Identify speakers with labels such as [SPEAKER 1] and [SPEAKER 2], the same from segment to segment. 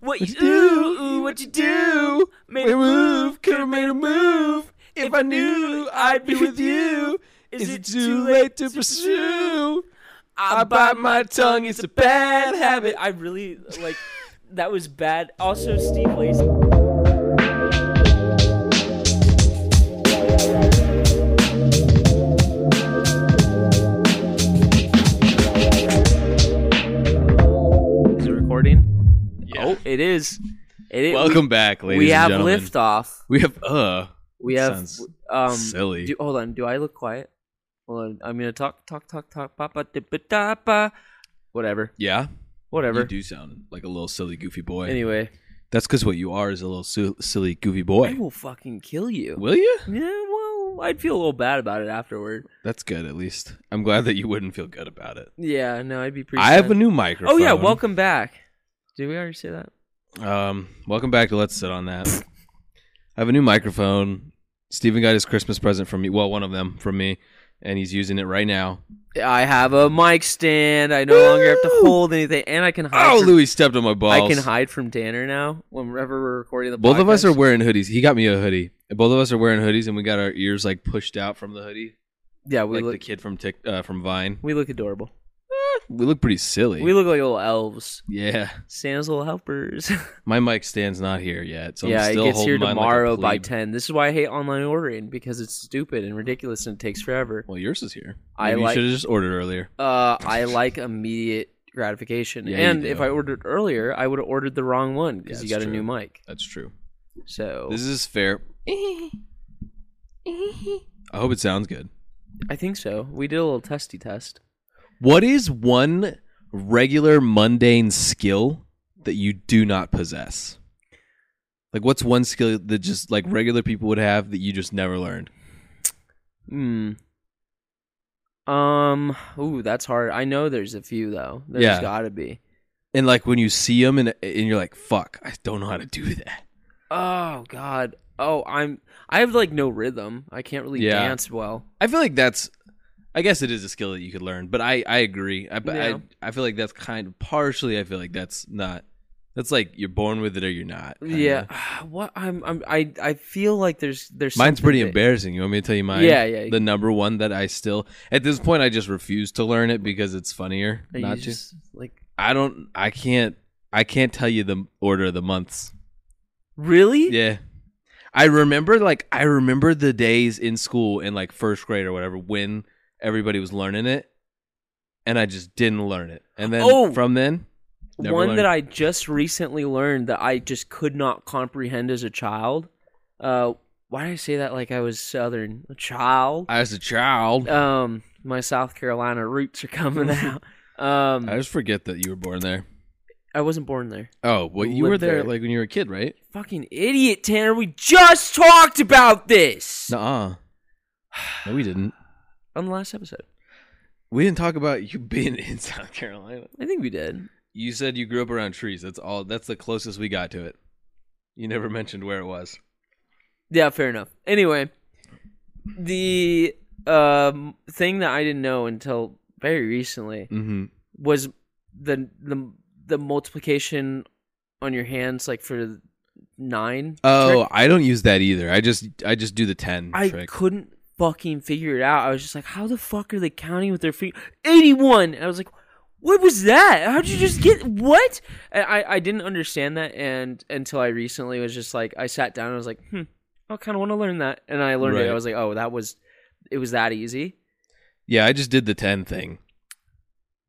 [SPEAKER 1] What you do? Ooh, what you do? Made a move, could've made a move. If I knew I'd be with you, is it too late to pursue? I bite my tongue. It's a bad habit. I really like. That was bad. Also, Steve Lacy. Is it recording?
[SPEAKER 2] Yeah.
[SPEAKER 1] Oh, it is. It is.
[SPEAKER 2] Welcome back,
[SPEAKER 1] We,
[SPEAKER 2] ladies
[SPEAKER 1] we have
[SPEAKER 2] and gentlemen.
[SPEAKER 1] liftoff.
[SPEAKER 2] We have uh
[SPEAKER 1] We have
[SPEAKER 2] Sounds
[SPEAKER 1] um.
[SPEAKER 2] silly.
[SPEAKER 1] Do, hold on. Do I look quiet? Hold on. I'm gonna talk, talk, talk, talk. Papa, dippa, Whatever.
[SPEAKER 2] yeah. You
[SPEAKER 1] Whatever.
[SPEAKER 2] do sound like a little silly goofy boy.
[SPEAKER 1] Anyway,
[SPEAKER 2] That's because what you are is a little su- silly goofy
[SPEAKER 1] I
[SPEAKER 2] boy.
[SPEAKER 1] will fucking kill you.
[SPEAKER 2] Will you?
[SPEAKER 1] Yeah, well, I'd feel a little bad about it afterward.
[SPEAKER 2] That's good. At least I'm glad that you wouldn't feel good about it.
[SPEAKER 1] Yeah, no, I'd be pretty.
[SPEAKER 2] I have a
[SPEAKER 1] sad.
[SPEAKER 2] new microphone.
[SPEAKER 1] Oh yeah, welcome back. Did we already say that?
[SPEAKER 2] Um, welcome back to Let's Sit on That. I have a new microphone. Steven got his Christmas present from me. Well, one of them from me, and he's using it right now.
[SPEAKER 1] I have a mic stand. I no longer have to
[SPEAKER 2] Woo!
[SPEAKER 1] hold anything, and I can hide.
[SPEAKER 2] Oh,
[SPEAKER 1] from,
[SPEAKER 2] Louis stepped on my balls.
[SPEAKER 1] I can hide from Tanner now. Whenever we're recording the
[SPEAKER 2] Both of us
[SPEAKER 1] podcast.
[SPEAKER 2] are wearing hoodies. He got me a hoodie. Both of us are wearing hoodies, and we got our ears like pushed out from the hoodie,
[SPEAKER 1] Yeah, we
[SPEAKER 2] like the Ah!
[SPEAKER 1] look.
[SPEAKER 2] kid from Tik uh, from Vine.
[SPEAKER 1] We look adorable.
[SPEAKER 2] We look pretty silly.
[SPEAKER 1] We look like little elves.
[SPEAKER 2] yeah,
[SPEAKER 1] Santa's little helpers.
[SPEAKER 2] my mic stand's not here yet, so
[SPEAKER 1] yeah,
[SPEAKER 2] I'm
[SPEAKER 1] it
[SPEAKER 2] still
[SPEAKER 1] gets
[SPEAKER 2] holding
[SPEAKER 1] here
[SPEAKER 2] mine like a
[SPEAKER 1] tomorrow by
[SPEAKER 2] plebe.
[SPEAKER 1] ten. This is why I hate online ordering because it's stupid and ridiculous and it takes forever.
[SPEAKER 2] Well, yours is here.
[SPEAKER 1] I
[SPEAKER 2] Maybe
[SPEAKER 1] like-
[SPEAKER 2] you should have just ordered earlier.
[SPEAKER 1] Uh, I like immediate gratification,
[SPEAKER 2] Yeah, you
[SPEAKER 1] and
[SPEAKER 2] do.
[SPEAKER 1] if I ordered earlier, I would have ordered the wrong one because
[SPEAKER 2] Yeah,
[SPEAKER 1] you
[SPEAKER 2] it's
[SPEAKER 1] got a
[SPEAKER 2] true.
[SPEAKER 1] new mic.
[SPEAKER 2] That's true.
[SPEAKER 1] So
[SPEAKER 2] This is fair. I hope it sounds good.
[SPEAKER 1] I think so. We did a little testy test.
[SPEAKER 2] What is one regular mundane skill that you do not possess? Like, what's one skill that just like regular people would have that you just never learned?
[SPEAKER 1] Hmm. Um. Ooh, that's hard. I know there's a few though. There's
[SPEAKER 2] Yeah.
[SPEAKER 1] gotta be.
[SPEAKER 2] And like when you see them and and you're like, "Fuck, I don't know how to do that."
[SPEAKER 1] Oh God. Oh, I'm. I have like no rhythm. I can't really
[SPEAKER 2] Yeah.
[SPEAKER 1] dance well.
[SPEAKER 2] I feel like that's, I guess it is a skill that you could learn, but I I agree. I but
[SPEAKER 1] Yeah.
[SPEAKER 2] I I feel like that's kind of partially. I feel like that's not. That's like you're born with it or you're not. kinda.
[SPEAKER 1] Yeah. What I'm, I'm I I feel like there's there's
[SPEAKER 2] Mine's
[SPEAKER 1] something
[SPEAKER 2] pretty
[SPEAKER 1] that-
[SPEAKER 2] embarrassing. You want me to tell you mine?
[SPEAKER 1] Yeah, yeah.
[SPEAKER 2] The number one that I still at this point I just refuse to learn it because it's funnier
[SPEAKER 1] Are you
[SPEAKER 2] not to.
[SPEAKER 1] just, like
[SPEAKER 2] I don't. I can't. I can't tell you the order of the months.
[SPEAKER 1] really?
[SPEAKER 2] Yeah, I remember like I remember the days in school in like first grade or whatever when everybody was learning it, and I just didn't learn it. And then
[SPEAKER 1] Oh!
[SPEAKER 2] from then, never
[SPEAKER 1] One
[SPEAKER 2] learned.
[SPEAKER 1] that I just recently learned that I just could not comprehend as a child. Uh, why did I say that like I was Southern? A child.
[SPEAKER 2] I was a child.
[SPEAKER 1] um, my South Carolina roots are coming out. Um,
[SPEAKER 2] I just forget that you were born there.
[SPEAKER 1] I wasn't born there.
[SPEAKER 2] Oh, well, you were
[SPEAKER 1] Lived
[SPEAKER 2] there
[SPEAKER 1] there.
[SPEAKER 2] like when you were a kid, right?
[SPEAKER 1] Fucking idiot, Tanner. We just talked about this
[SPEAKER 2] Nuh-uh. No, we didn't.
[SPEAKER 1] on the last episode.
[SPEAKER 2] We didn't talk about you being in South Carolina.
[SPEAKER 1] I think we did.
[SPEAKER 2] You said you grew up around trees. That's all. That's the closest we got to it. You never mentioned where it was.
[SPEAKER 1] Yeah, fair enough. Anyway, the um, thing that I didn't know until very recently
[SPEAKER 2] Mm-hmm.
[SPEAKER 1] was the the the multiplication on your hands, like for nine.
[SPEAKER 2] Oh,
[SPEAKER 1] trick.
[SPEAKER 2] I don't use that either. I just I just do the ten
[SPEAKER 1] I
[SPEAKER 2] trick.
[SPEAKER 1] couldn't fucking figure it out. I was just like, how the fuck are they counting with their feet? Eighty-one. And I was like, what was that? How'd you just get what? And I I didn't understand that, and until I recently was just like, I sat down and I was like, hmm, I kind of want to learn that, and I learned it. I
[SPEAKER 2] Right.
[SPEAKER 1] was like, oh, that was, it was that easy.
[SPEAKER 2] Yeah, I just did the ten thing.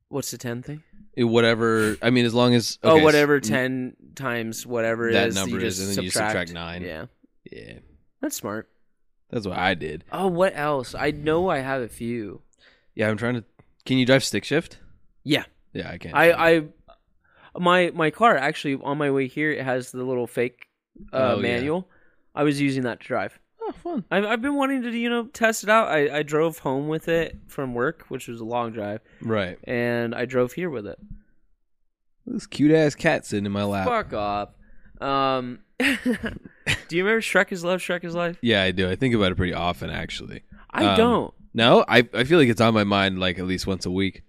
[SPEAKER 1] What's the ten thing?
[SPEAKER 2] It- whatever. I mean, as long as okay,
[SPEAKER 1] oh, whatever,
[SPEAKER 2] s-
[SPEAKER 1] ten times whatever it
[SPEAKER 2] that
[SPEAKER 1] is,
[SPEAKER 2] number
[SPEAKER 1] you
[SPEAKER 2] is,
[SPEAKER 1] just
[SPEAKER 2] and then you subtract nine.
[SPEAKER 1] Yeah,
[SPEAKER 2] Yeah,
[SPEAKER 1] that's smart.
[SPEAKER 2] that's what I did.
[SPEAKER 1] Oh, what else? I know I have a few.
[SPEAKER 2] Yeah, I'm trying to. Can you drive stick shift?
[SPEAKER 1] Yeah,
[SPEAKER 2] Yeah, I can.
[SPEAKER 1] I, I, my my car actually on my way here it has the little fake uh,
[SPEAKER 2] Oh, yeah.
[SPEAKER 1] manual. I was using that to drive.
[SPEAKER 2] oh, fun.
[SPEAKER 1] I've I've been wanting to you know test it out. I I drove home with it from work, which was a long drive,
[SPEAKER 2] Right.
[SPEAKER 1] and I drove here with it.
[SPEAKER 2] This cute ass cat sitting in my lap.
[SPEAKER 1] Fuck off. Um, do you remember Shrek is Love, Shrek is Life?
[SPEAKER 2] Yeah, I do. I think about it pretty often, actually.
[SPEAKER 1] I
[SPEAKER 2] Um,
[SPEAKER 1] don't.
[SPEAKER 2] No, I I feel like it's on my mind like at least once a week.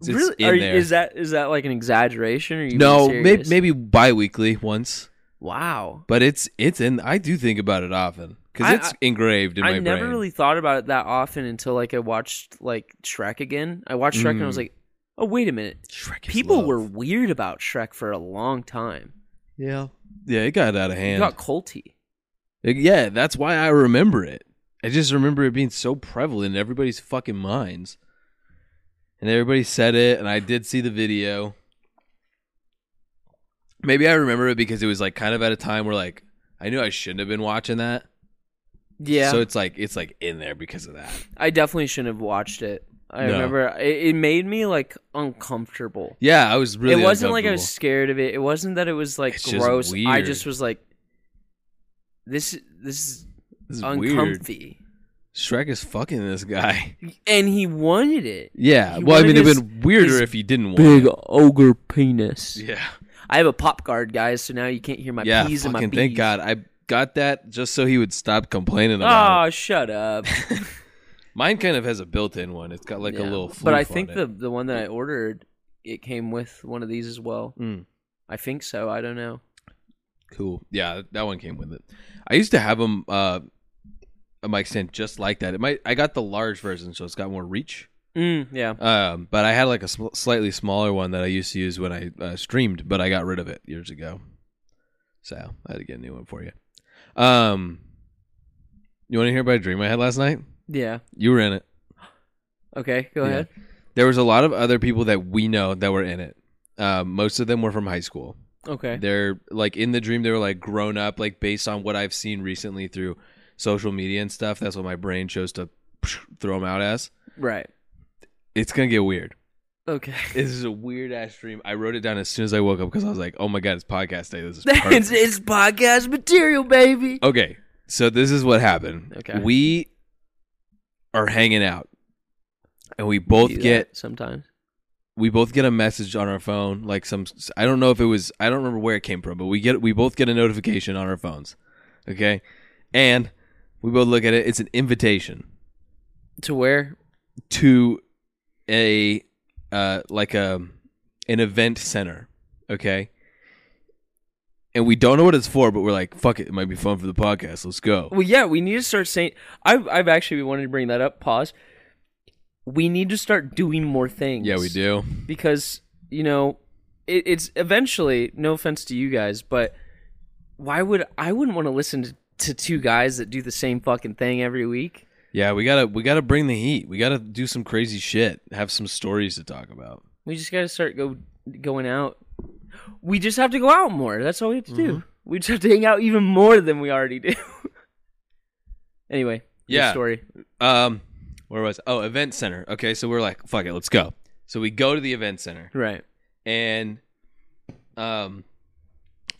[SPEAKER 2] It's
[SPEAKER 1] really?
[SPEAKER 2] in
[SPEAKER 1] Are you-
[SPEAKER 2] there.
[SPEAKER 1] Is that is that like an exaggeration? Or are you being
[SPEAKER 2] no, maybe
[SPEAKER 1] serious?
[SPEAKER 2] maybe biweekly once,
[SPEAKER 1] Wow.
[SPEAKER 2] but it's it's in. I do think about it often because
[SPEAKER 1] I-
[SPEAKER 2] it's
[SPEAKER 1] I-
[SPEAKER 2] engraved in
[SPEAKER 1] I
[SPEAKER 2] my
[SPEAKER 1] never
[SPEAKER 2] brain.
[SPEAKER 1] really thought about it that often until like I watched like Shrek again. I watched Shrek and I was
[SPEAKER 2] Mm.
[SPEAKER 1] like, oh wait a minute,
[SPEAKER 2] Shrek is
[SPEAKER 1] people
[SPEAKER 2] love.
[SPEAKER 1] were weird about Shrek for a long time.
[SPEAKER 2] yeah yeah it got out of
[SPEAKER 1] It
[SPEAKER 2] hand.
[SPEAKER 1] got culty.
[SPEAKER 2] Like, yeah, that's why I remember it. I just remember it being so prevalent in everybody's fucking minds. And everybody said it, and I did see the video. Maybe I remember it because it was like kind of at a time where like I knew I shouldn't have been watching that.
[SPEAKER 1] Yeah.
[SPEAKER 2] So it's like it's like in there because of that.
[SPEAKER 1] I definitely shouldn't have watched it. I
[SPEAKER 2] No.
[SPEAKER 1] remember it, it made me like uncomfortable.
[SPEAKER 2] Yeah, I was really
[SPEAKER 1] it wasn't like I was
[SPEAKER 2] uncomfortable.
[SPEAKER 1] scared of it. It wasn't that it was like
[SPEAKER 2] It's just
[SPEAKER 1] gross. I
[SPEAKER 2] weird.
[SPEAKER 1] just was like, this this is
[SPEAKER 2] This is weird.
[SPEAKER 1] uncomfy.
[SPEAKER 2] Shrek is fucking this guy.
[SPEAKER 1] And he wanted it.
[SPEAKER 2] Yeah.
[SPEAKER 1] He
[SPEAKER 2] well, I mean,
[SPEAKER 1] wanted
[SPEAKER 2] it'd
[SPEAKER 1] his-
[SPEAKER 2] been weirder
[SPEAKER 1] his
[SPEAKER 2] if he didn't want.
[SPEAKER 1] Big ogre penis.
[SPEAKER 2] it. Yeah.
[SPEAKER 1] I have a pop guard, guys, so now you can't hear my
[SPEAKER 2] yeah.
[SPEAKER 1] peas and my
[SPEAKER 2] fucking
[SPEAKER 1] bees.
[SPEAKER 2] thank God I got that just so he would stop complaining about it.
[SPEAKER 1] Oh, shut up.
[SPEAKER 2] Mine kind of has a built-in one. It's got like a
[SPEAKER 1] Yeah.
[SPEAKER 2] little.
[SPEAKER 1] But I
[SPEAKER 2] floof on
[SPEAKER 1] think
[SPEAKER 2] it.
[SPEAKER 1] the the one that I ordered, it came with one of these as well.
[SPEAKER 2] Mm,
[SPEAKER 1] I think so. I don't know.
[SPEAKER 2] cool. Yeah, that one came with it. I used to have them uh, a mic stand just like that. It might. I got the large version, so it's got more reach.
[SPEAKER 1] Mm, yeah.
[SPEAKER 2] Um, but I had like a sm- slightly smaller one that I used to use when I uh, streamed, but I got rid of it years ago. So I had to get a new one for you. Um, you want to hear about a dream I had last night?
[SPEAKER 1] Yeah.
[SPEAKER 2] You were in it.
[SPEAKER 1] Okay, go
[SPEAKER 2] Yeah.
[SPEAKER 1] ahead.
[SPEAKER 2] There was a lot of other people that we know that were in it. Um, most of them were from high school.
[SPEAKER 1] Okay.
[SPEAKER 2] They're like in the dream, they were like grown up, like based on what I've seen recently through social media and stuff. That's what my brain chose to throw them out as.
[SPEAKER 1] Right.
[SPEAKER 2] It's gonna get weird.
[SPEAKER 1] Okay.
[SPEAKER 2] This is a weird ass dream. I wrote it down as soon as I woke up because I was like, oh my god, it's podcast day. This is
[SPEAKER 1] It's,
[SPEAKER 2] perfect.
[SPEAKER 1] it's podcast material, baby.
[SPEAKER 2] okay. So this is what happened.
[SPEAKER 1] Okay.
[SPEAKER 2] We are hanging out, and we both
[SPEAKER 1] Do that
[SPEAKER 2] get
[SPEAKER 1] sometimes.
[SPEAKER 2] we both get a message on our phone like some i don't know if it was i don't remember where it came from but we get we both get a notification on our phones okay and we both look at it it's an invitation
[SPEAKER 1] To where?
[SPEAKER 2] to a uh like a an event center okay and we don't know what it's for but we're like fuck it it might be fun for the podcast let's go
[SPEAKER 1] Well, yeah, we need to start saying. I've I've actually wanted to bring that up. Pause. We need to start doing more things.
[SPEAKER 2] yeah we do
[SPEAKER 1] because you know it, it's eventually no offense to you guys but why would i wouldn't want to listen to, to two guys that do the same fucking thing every week
[SPEAKER 2] yeah we gotta we gotta bring the heat we gotta do some crazy shit have some stories to talk about
[SPEAKER 1] we just gotta start go going out we just have to go out more that's all we have to do we just have to hang out even more than we already do anyway good
[SPEAKER 2] Yeah.
[SPEAKER 1] story
[SPEAKER 2] Um, where was? Oh, event center. Okay, so we're like, fuck it, let's go. So we go to the event center
[SPEAKER 1] right
[SPEAKER 2] and um,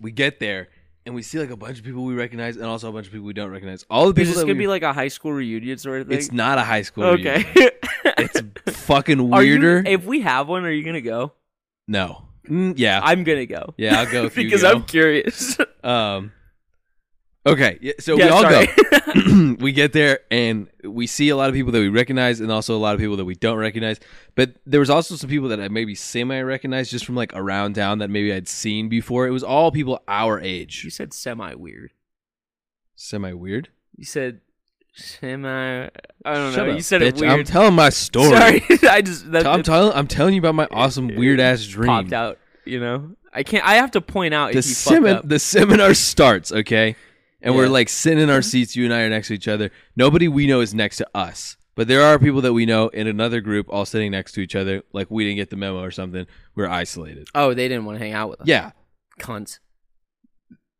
[SPEAKER 2] we get there and we see like a bunch of people we recognize and also a bunch of people we don't recognize. All the
[SPEAKER 1] is
[SPEAKER 2] people
[SPEAKER 1] this
[SPEAKER 2] that
[SPEAKER 1] gonna
[SPEAKER 2] we-
[SPEAKER 1] be like a high school reunion sort of thing
[SPEAKER 2] it's not a high school. reunion.
[SPEAKER 1] okay
[SPEAKER 2] it's fucking
[SPEAKER 1] Are you-
[SPEAKER 2] weirder.
[SPEAKER 1] if we have one are you gonna go
[SPEAKER 2] no. Mm, yeah.
[SPEAKER 1] i'm gonna go
[SPEAKER 2] yeah, I'll go if you
[SPEAKER 1] because
[SPEAKER 2] go.
[SPEAKER 1] i'm curious
[SPEAKER 2] Um. Okay, yeah, so
[SPEAKER 1] Yeah,
[SPEAKER 2] we all
[SPEAKER 1] sorry.
[SPEAKER 2] go. we get there and we see a lot of people that we recognize, and also a lot of people that we don't recognize. But there was also some people that I maybe semi recognized just from like around town that maybe I'd seen before. It was all people our
[SPEAKER 1] You
[SPEAKER 2] age.
[SPEAKER 1] said semi weird.
[SPEAKER 2] Semi weird.
[SPEAKER 1] You said semi. I don't
[SPEAKER 2] Shut
[SPEAKER 1] know.
[SPEAKER 2] up,
[SPEAKER 1] you said
[SPEAKER 2] bitch.
[SPEAKER 1] it weird.
[SPEAKER 2] I'm telling my story.
[SPEAKER 1] Sorry, I just that
[SPEAKER 2] I'm
[SPEAKER 1] it
[SPEAKER 2] telling. I'm telling you about my awesome weird ass dream.
[SPEAKER 1] popped out. You know, I can't. I have to point out
[SPEAKER 2] the
[SPEAKER 1] if you fuck
[SPEAKER 2] semin-
[SPEAKER 1] up.
[SPEAKER 2] the seminar starts, okay? And we're
[SPEAKER 1] Yeah.
[SPEAKER 2] like sitting in our seats, you and I are next to each other. Nobody we know is next to us. But there are people that we know in another group all sitting next to each other, like we didn't get the memo or something. We're isolated.
[SPEAKER 1] Oh, they didn't want to hang out with us.
[SPEAKER 2] Yeah.
[SPEAKER 1] cunts.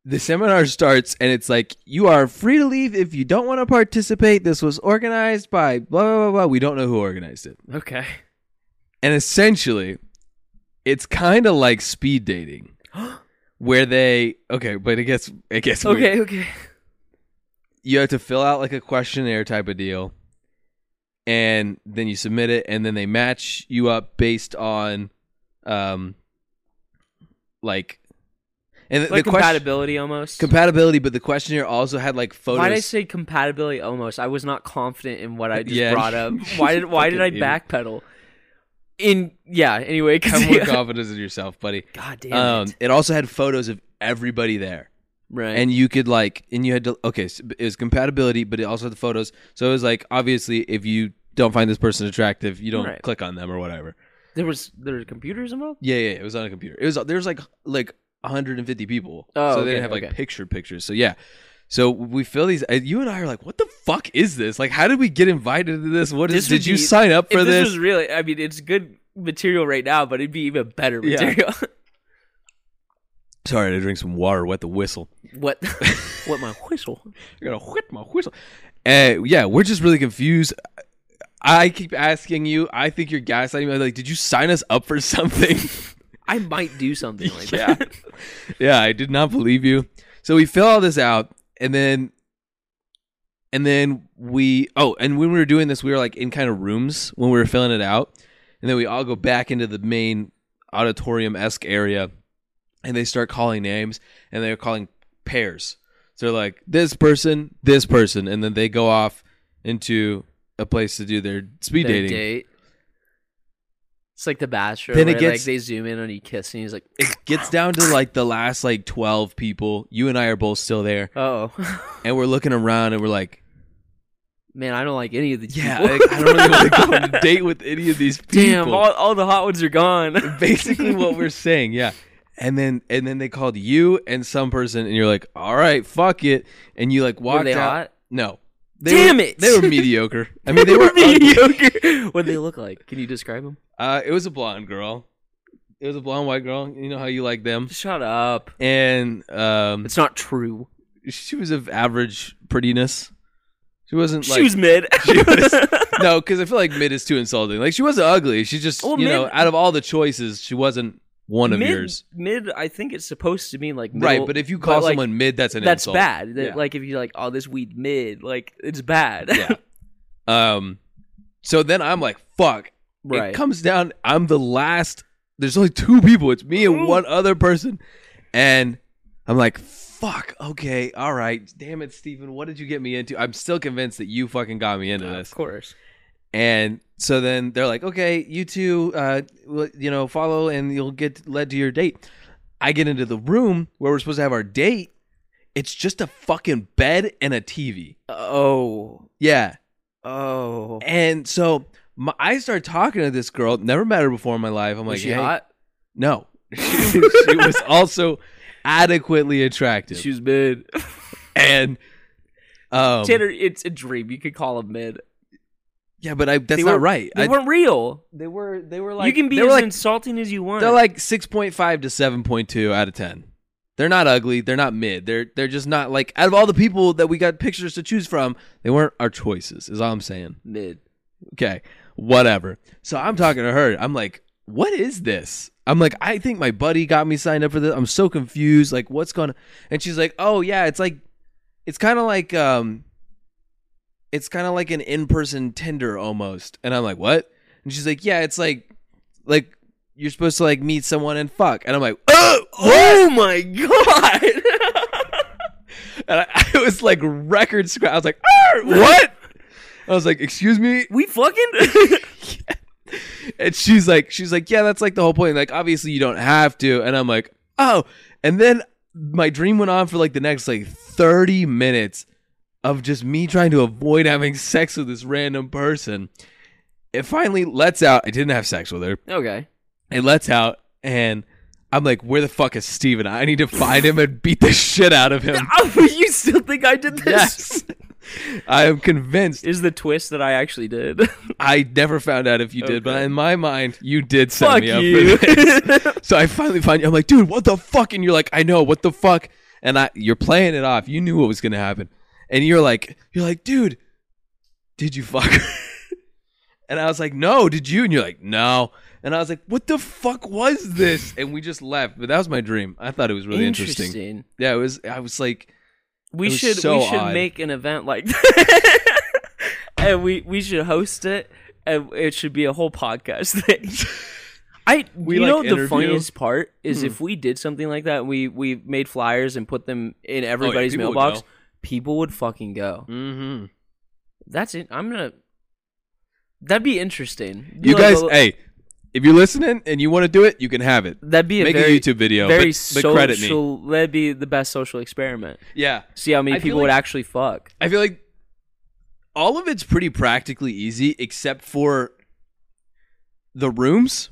[SPEAKER 2] The seminar starts and it's like, you are free to leave if you don't want to participate. This was organized by blah blah blah blah. We don't know who organized it.
[SPEAKER 1] Okay.
[SPEAKER 2] And essentially, it's kinda like speed dating. Where they okay, but it gets it gets weird.
[SPEAKER 1] Okay. Okay.
[SPEAKER 2] you have to fill out like a questionnaire type of deal and then you submit it and then they match you up based on um like and the,
[SPEAKER 1] Like
[SPEAKER 2] the question-
[SPEAKER 1] compatibility almost.
[SPEAKER 2] compatibility but the questionnaire also had like photos
[SPEAKER 1] Why did I say compatibility almost? I was not confident in what I just
[SPEAKER 2] Yeah.
[SPEAKER 1] brought up. Why did Why did I
[SPEAKER 2] Fucking idiot.
[SPEAKER 1] backpedal? in yeah. Anyway, 'cause-
[SPEAKER 2] Have more confidence in yourself, buddy.
[SPEAKER 1] God damn
[SPEAKER 2] Um,
[SPEAKER 1] it.
[SPEAKER 2] it also had photos of everybody there.
[SPEAKER 1] Right.
[SPEAKER 2] and you could like and you had to okay so it was compatibility but it also had the photos so it was like obviously if you don't find this person attractive you don't
[SPEAKER 1] Right.
[SPEAKER 2] click on them or whatever
[SPEAKER 1] there was there were computers involved.
[SPEAKER 2] yeah yeah it was on a computer it was there was like like 150 people
[SPEAKER 1] Oh,
[SPEAKER 2] so
[SPEAKER 1] okay,
[SPEAKER 2] they didn't have like
[SPEAKER 1] okay.
[SPEAKER 2] picture pictures so yeah so we fill these uh, you and i are like what the fuck is this like how did we get invited to this what is
[SPEAKER 1] This would
[SPEAKER 2] did you
[SPEAKER 1] be-
[SPEAKER 2] sign up for
[SPEAKER 1] if
[SPEAKER 2] this,
[SPEAKER 1] this was really, I mean, it's good material right now, but it'd be even better
[SPEAKER 2] Yeah.
[SPEAKER 1] material.
[SPEAKER 2] sorry to drink some water wet the whistle
[SPEAKER 1] what? what my whistle?
[SPEAKER 2] I gotta whip my whistle. Uh, yeah, we're just really confused. I keep asking you. I think you're gaslighting me. I'm Like, did you sign us up for something?
[SPEAKER 1] I might do something like
[SPEAKER 2] yeah,
[SPEAKER 1] that.
[SPEAKER 2] yeah. I did not believe you. So we fill all this out, and then, and then we. Oh, and when we were doing this, we were like in kind of rooms when we were filling it out, and then we all go back into the main auditorium esque area, and they start calling names, and they're calling pairs. So they're like this person, this person, and then they go off into a place to do their speed
[SPEAKER 1] That
[SPEAKER 2] dating.
[SPEAKER 1] Date. It's like the bachelor.
[SPEAKER 2] Then
[SPEAKER 1] Then
[SPEAKER 2] it
[SPEAKER 1] it
[SPEAKER 2] gets-
[SPEAKER 1] like they zoom in on you kiss, and he's like,
[SPEAKER 2] Gets down to like the last like twelve people. You and I are both still there.
[SPEAKER 1] "Oh
[SPEAKER 2] and we're looking around and we're like,
[SPEAKER 1] man, I don't like any of these."
[SPEAKER 2] yeah,
[SPEAKER 1] people."
[SPEAKER 2] like, I don't really want to go on a date with any of these people.
[SPEAKER 1] Damn, all, all the hot ones are gone.
[SPEAKER 2] Basically, what we're saying, yeah. And then and then they called you and some person, and you're like, all right, fuck it, and you like walked
[SPEAKER 1] Were they
[SPEAKER 2] out.
[SPEAKER 1] hot?
[SPEAKER 2] No, they
[SPEAKER 1] Damn
[SPEAKER 2] were,
[SPEAKER 1] it!
[SPEAKER 2] they were mediocre. I mean, they were. ugly.
[SPEAKER 1] mediocre. what do they look like? Can you describe them?
[SPEAKER 2] Uh, it was a blonde girl. It was a blonde white girl. You know how you like them.
[SPEAKER 1] Shut up.
[SPEAKER 2] And um,
[SPEAKER 1] It's not true.
[SPEAKER 2] she was of average prettiness. She wasn't like
[SPEAKER 1] she was mid.
[SPEAKER 2] She was- no, because I feel like mid is too insulting. Like she wasn't ugly. She just
[SPEAKER 1] Well,
[SPEAKER 2] you know,
[SPEAKER 1] mid-
[SPEAKER 2] out of all the choices, she wasn't one of
[SPEAKER 1] mid,
[SPEAKER 2] yours.
[SPEAKER 1] Mid, I think it's supposed to mean like
[SPEAKER 2] right,
[SPEAKER 1] middle,
[SPEAKER 2] but if you call
[SPEAKER 1] like,
[SPEAKER 2] someone mid, that's an
[SPEAKER 1] that's
[SPEAKER 2] insult.
[SPEAKER 1] bad. That-
[SPEAKER 2] Yeah.
[SPEAKER 1] Like if you like, oh, this weed mid, like it's bad.
[SPEAKER 2] Yeah. Um so then I'm like, fuck.
[SPEAKER 1] right.
[SPEAKER 2] It comes down, I'm the last there's only two people. It's me and
[SPEAKER 1] Ooh.
[SPEAKER 2] one other person. And I'm like, fuck, okay, all right. Damn it, Steven, what did you get me into? I'm still convinced that you fucking got me into
[SPEAKER 1] Uh,
[SPEAKER 2] this.
[SPEAKER 1] of course.
[SPEAKER 2] And so then they're like, okay, you two, uh, well, you know, follow and you'll get led to your date. I get into the room where we're supposed to have our date. It's just a fucking bed and a TV.
[SPEAKER 1] Oh,
[SPEAKER 2] Yeah.
[SPEAKER 1] oh.
[SPEAKER 2] And so my, I start talking to this girl, never met her before in my life. I'm
[SPEAKER 1] Was
[SPEAKER 2] like,
[SPEAKER 1] she
[SPEAKER 2] hey,
[SPEAKER 1] hot?
[SPEAKER 2] no. she was also adequately attractive.
[SPEAKER 1] She was mid.
[SPEAKER 2] and, um,
[SPEAKER 1] Tanner, it's a dream. You could call them mid.
[SPEAKER 2] yeah, but I, that's
[SPEAKER 1] They
[SPEAKER 2] not
[SPEAKER 1] were-
[SPEAKER 2] right.
[SPEAKER 1] They
[SPEAKER 2] I-
[SPEAKER 1] weren't real.
[SPEAKER 2] they were, they were
[SPEAKER 1] you can be
[SPEAKER 2] they
[SPEAKER 1] as
[SPEAKER 2] were like
[SPEAKER 1] insulting as you want.
[SPEAKER 2] They're like 6.5 to 7.2 out of 10. They're not ugly. They're not mid. They're they're just not like out of all the people that we got pictures to choose from, they weren't our choices. Is all I'm saying.
[SPEAKER 1] mid.
[SPEAKER 2] Okay, whatever. So I'm talking to her. I'm like, what is this? I'm like, I think my buddy got me signed up for this. I'm so confused. Like, what's going? on? And she's like, oh yeah, it's like, it's kind of like um, it's kind of like an in-person Tinder almost. And I'm like, what? And she's like, yeah, it's like, like you're supposed to like meet someone and fuck. And I'm like, oh, what?
[SPEAKER 1] Oh my god.
[SPEAKER 2] And I, I was like record scratch. I was like, "Arr, what? I was like, excuse me.
[SPEAKER 1] we fucking.
[SPEAKER 2] and she's like she's like yeah that's like the whole point like obviously you don't have to and i'm like oh and then my dream went on for like the next like 30 minutes of just me trying to avoid having sex with this random person it finally lets out i didn't have sex with her
[SPEAKER 1] okay.
[SPEAKER 2] it lets out and i'm like where the fuck is steven i need to find him and beat the shit out of him
[SPEAKER 1] Oh, you still think I did this?
[SPEAKER 2] yes i am convinced
[SPEAKER 1] Is the twist that I actually did.
[SPEAKER 2] i never found out if you did but
[SPEAKER 1] Okay.
[SPEAKER 2] in my mind you did set
[SPEAKER 1] Fuck
[SPEAKER 2] me up
[SPEAKER 1] you.
[SPEAKER 2] for this So I finally find you. I'm like, dude, what the fuck? And you're like, I know, what the fuck? And I, you're playing it off. You knew what was gonna happen. And you're like, you're like, dude, did you fuck? and I was like, no, did you? And you're like, no. And I was like, what the fuck was this? And we just left. But that was my dream. I thought it was really interesting. Yeah, it was. I was like,
[SPEAKER 1] We
[SPEAKER 2] It was
[SPEAKER 1] should
[SPEAKER 2] so
[SPEAKER 1] we should
[SPEAKER 2] odd.
[SPEAKER 1] make an event like that. and we we should host it and it should be a whole podcast thing. I
[SPEAKER 2] We,
[SPEAKER 1] you
[SPEAKER 2] like,
[SPEAKER 1] know
[SPEAKER 2] interview?
[SPEAKER 1] the funniest part is
[SPEAKER 2] Hmm.
[SPEAKER 1] if we did something like that and we we made flyers and put them in everybody's
[SPEAKER 2] Oh, people would
[SPEAKER 1] mailbox,
[SPEAKER 2] go.
[SPEAKER 1] people would fucking go.
[SPEAKER 2] mm-hmm.
[SPEAKER 1] That's it. I'm gonna That'd be interesting. Be
[SPEAKER 2] you
[SPEAKER 1] like
[SPEAKER 2] guys,
[SPEAKER 1] a-
[SPEAKER 2] hey, If you're listening and you want to do it, you can have it.
[SPEAKER 1] That'd be a
[SPEAKER 2] Make
[SPEAKER 1] very
[SPEAKER 2] a YouTube video.
[SPEAKER 1] very
[SPEAKER 2] but, but credit me.
[SPEAKER 1] social. That'd be the best social experiment.
[SPEAKER 2] Yeah.
[SPEAKER 1] See how many
[SPEAKER 2] I feel
[SPEAKER 1] people would
[SPEAKER 2] like-
[SPEAKER 1] actually fuck.
[SPEAKER 2] I feel like all of it's pretty practically easy except for the rooms.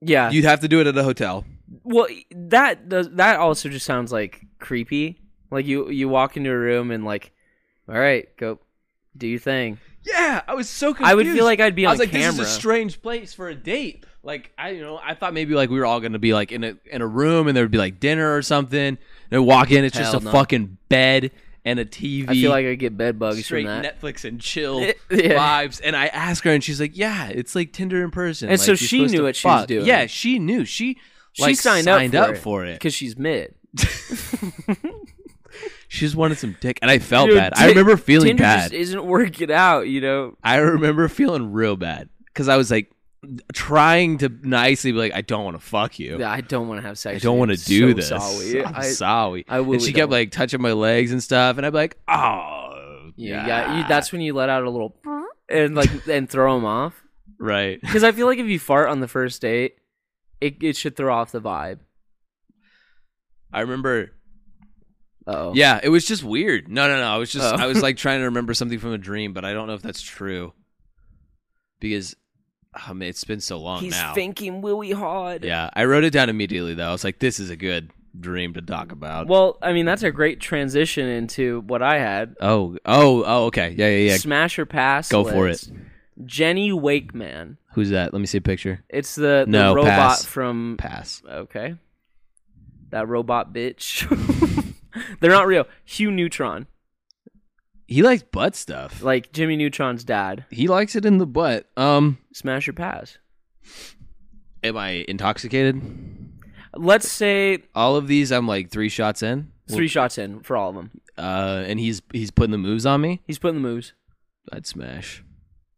[SPEAKER 1] Yeah.
[SPEAKER 2] You'd have to do it at a hotel.
[SPEAKER 1] well, that does. That also just sounds like creepy. Like you, you walk into a room and like, all right, go do your thing.
[SPEAKER 2] Yeah, I was so confused.
[SPEAKER 1] I would feel like I'd be
[SPEAKER 2] I
[SPEAKER 1] on
[SPEAKER 2] was like,
[SPEAKER 1] camera.
[SPEAKER 2] this is a strange place for a date. Like, I you know, I thought maybe like we were all gonna be like in a in a room and there would be like dinner or something. And I walk in, it's
[SPEAKER 1] Hell
[SPEAKER 2] just a
[SPEAKER 1] no.
[SPEAKER 2] fucking bed and a TV.
[SPEAKER 1] I feel like I get bed bugs from
[SPEAKER 2] straight
[SPEAKER 1] that.
[SPEAKER 2] Netflix and chill
[SPEAKER 1] Yeah.
[SPEAKER 2] vibes. And I asked her, and she's like, "Yeah, it's like Tinder in person."
[SPEAKER 1] And
[SPEAKER 2] Like,
[SPEAKER 1] so
[SPEAKER 2] you're
[SPEAKER 1] she
[SPEAKER 2] supposed
[SPEAKER 1] knew
[SPEAKER 2] to
[SPEAKER 1] what she was
[SPEAKER 2] fuck.
[SPEAKER 1] doing.
[SPEAKER 2] Yeah, she knew. She
[SPEAKER 1] She
[SPEAKER 2] like
[SPEAKER 1] signed, up, for
[SPEAKER 2] it.
[SPEAKER 1] because she's mid.
[SPEAKER 2] She just wanted some dick, and I felt
[SPEAKER 1] Dude,
[SPEAKER 2] Oh, bad. I
[SPEAKER 1] Ti-
[SPEAKER 2] remember feeling
[SPEAKER 1] Tinder
[SPEAKER 2] bad.
[SPEAKER 1] just isn't working out, you know.
[SPEAKER 2] I remember feeling real bad because I was like trying to nicely be like, I don't want to fuck you.
[SPEAKER 1] Yeah, I don't want to have sex.
[SPEAKER 2] I don't
[SPEAKER 1] want to
[SPEAKER 2] do this.
[SPEAKER 1] Sorry.
[SPEAKER 2] I'm
[SPEAKER 1] I-
[SPEAKER 2] sorry.
[SPEAKER 1] I will
[SPEAKER 2] and she
[SPEAKER 1] be
[SPEAKER 2] kept
[SPEAKER 1] done.
[SPEAKER 2] like touching my legs and stuff, and I'd be like, oh,
[SPEAKER 1] yeah, yeah. You, that's when you let out a little and like and throw them off.
[SPEAKER 2] right.
[SPEAKER 1] Because I feel like if you fart on the first date, it it should throw off the vibe.
[SPEAKER 2] I remember.
[SPEAKER 1] Oh,
[SPEAKER 2] Yeah, it was just weird. No, no, no. I was just,
[SPEAKER 1] Oh.
[SPEAKER 2] I was like trying to remember something from a dream, but I don't know if that's true because, oh man, it's been so long
[SPEAKER 1] He's
[SPEAKER 2] now.
[SPEAKER 1] thinking Willie Hard.
[SPEAKER 2] yeah, I wrote it down immediately though. I was like, this is a good dream to talk about.
[SPEAKER 1] Well, I mean that's a great transition into what I had.
[SPEAKER 2] oh, oh, oh, okay. Yeah, yeah, yeah.
[SPEAKER 1] Smash or pass.
[SPEAKER 2] Go for
[SPEAKER 1] list. Jenny Wakeman.
[SPEAKER 2] Who's that? Let me see a picture.
[SPEAKER 1] It's the, the
[SPEAKER 2] No,
[SPEAKER 1] robot
[SPEAKER 2] pass.
[SPEAKER 1] from
[SPEAKER 2] Pass.
[SPEAKER 1] Okay. That robot bitch. They're not real. Hugh Neutron,
[SPEAKER 2] He likes butt stuff.
[SPEAKER 1] like Jimmy Neutron's dad.
[SPEAKER 2] He likes it in the butt. Um,
[SPEAKER 1] Smash or pass.
[SPEAKER 2] am I intoxicated?
[SPEAKER 1] Let's say
[SPEAKER 2] All of these, I'm like three shots in.
[SPEAKER 1] three shots in for all of them.
[SPEAKER 2] Uh, and he's he's putting the moves on me.
[SPEAKER 1] He's putting the moves.
[SPEAKER 2] I'd smash.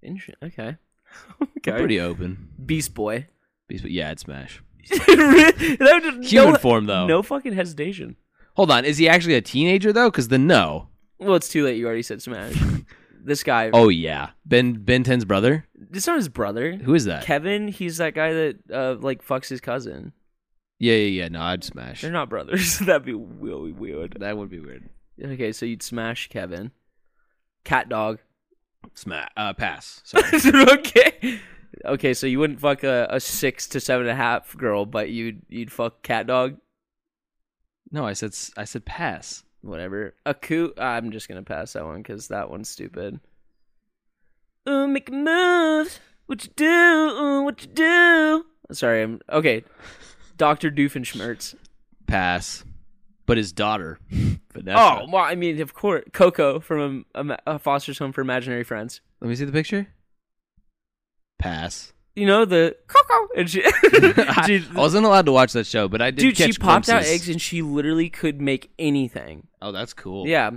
[SPEAKER 1] Interesting. Okay.
[SPEAKER 2] I'm
[SPEAKER 1] okay.
[SPEAKER 2] pretty open.
[SPEAKER 1] Beast Boy.
[SPEAKER 2] He's- Yeah, I'd smash.
[SPEAKER 1] That would-
[SPEAKER 2] Human
[SPEAKER 1] no,
[SPEAKER 2] form though.
[SPEAKER 1] No fucking hesitation.
[SPEAKER 2] Hold on. Is he actually a teenager though? Because the no.
[SPEAKER 1] Well, it's too late. You already said smash. this guy.
[SPEAKER 2] Oh yeah. Ben Ben Ten's brother.
[SPEAKER 1] It's not his brother.
[SPEAKER 2] Who is that?
[SPEAKER 1] Kevin. He's that guy that uh, like fucks his cousin.
[SPEAKER 2] yeah, yeah, yeah. No, I'd smash.
[SPEAKER 1] They're not brothers. That'd be really weird.
[SPEAKER 2] That would be weird.
[SPEAKER 1] Okay, so you'd smash Kevin. Cat dog.
[SPEAKER 2] Smash. Uh, pass. Sorry.
[SPEAKER 1] okay. Okay, so you wouldn't fuck a, a six to seven and a half girl, but you'd you'd fuck cat dog,
[SPEAKER 2] no, I said s- I said pass.
[SPEAKER 1] whatever. A coo. I'm just gonna pass that one because that one's stupid. Ooh, make moves. What you do? Ooh, what you do? Sorry, I'm okay. Doctor Doofenshmirtz.
[SPEAKER 2] Pass. But his daughter. Vanessa.
[SPEAKER 1] Oh, well, I mean, of course, Coco from um, uh, Foster's Home for Imaginary Friends.
[SPEAKER 2] Let me see the picture. Pass.
[SPEAKER 1] You know the Coco, and she,
[SPEAKER 2] I
[SPEAKER 1] she-
[SPEAKER 2] wasn't allowed to watch that show, but I did.
[SPEAKER 1] Dude, she
[SPEAKER 2] catch
[SPEAKER 1] popped out
[SPEAKER 2] glimpses.
[SPEAKER 1] eggs and she literally could make anything.
[SPEAKER 2] Oh, that's cool.
[SPEAKER 1] Yeah.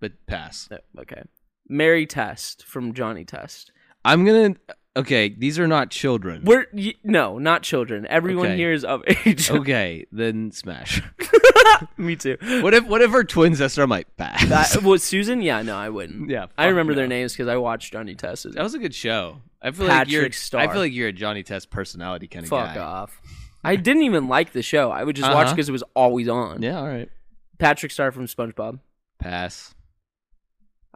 [SPEAKER 2] but pass.
[SPEAKER 1] No, Okay. Mary Test from Johnny Test.
[SPEAKER 2] I'm gonna. Okay, these are not children.
[SPEAKER 1] We're y- no, not children. Everyone
[SPEAKER 2] Okay.
[SPEAKER 1] here is of age.
[SPEAKER 2] okay, then smash.
[SPEAKER 1] Me too.
[SPEAKER 2] what if what if her twin sister? I'm like pass.
[SPEAKER 1] That, well, Susan, yeah, no, I wouldn't.
[SPEAKER 2] Yeah,
[SPEAKER 1] I
[SPEAKER 2] fuck
[SPEAKER 1] remember
[SPEAKER 2] no.
[SPEAKER 1] their names because I watched Johnny Test.
[SPEAKER 2] That was a good show. I feel like you're.
[SPEAKER 1] Patrick Star.
[SPEAKER 2] I feel like you're a Johnny Test personality kind of guy.
[SPEAKER 1] Fuck off. I didn't even like the show. I would just watch
[SPEAKER 2] Uh-huh.
[SPEAKER 1] because it was always on.
[SPEAKER 2] Yeah. All right.
[SPEAKER 1] Patrick Star from SpongeBob.
[SPEAKER 2] Pass.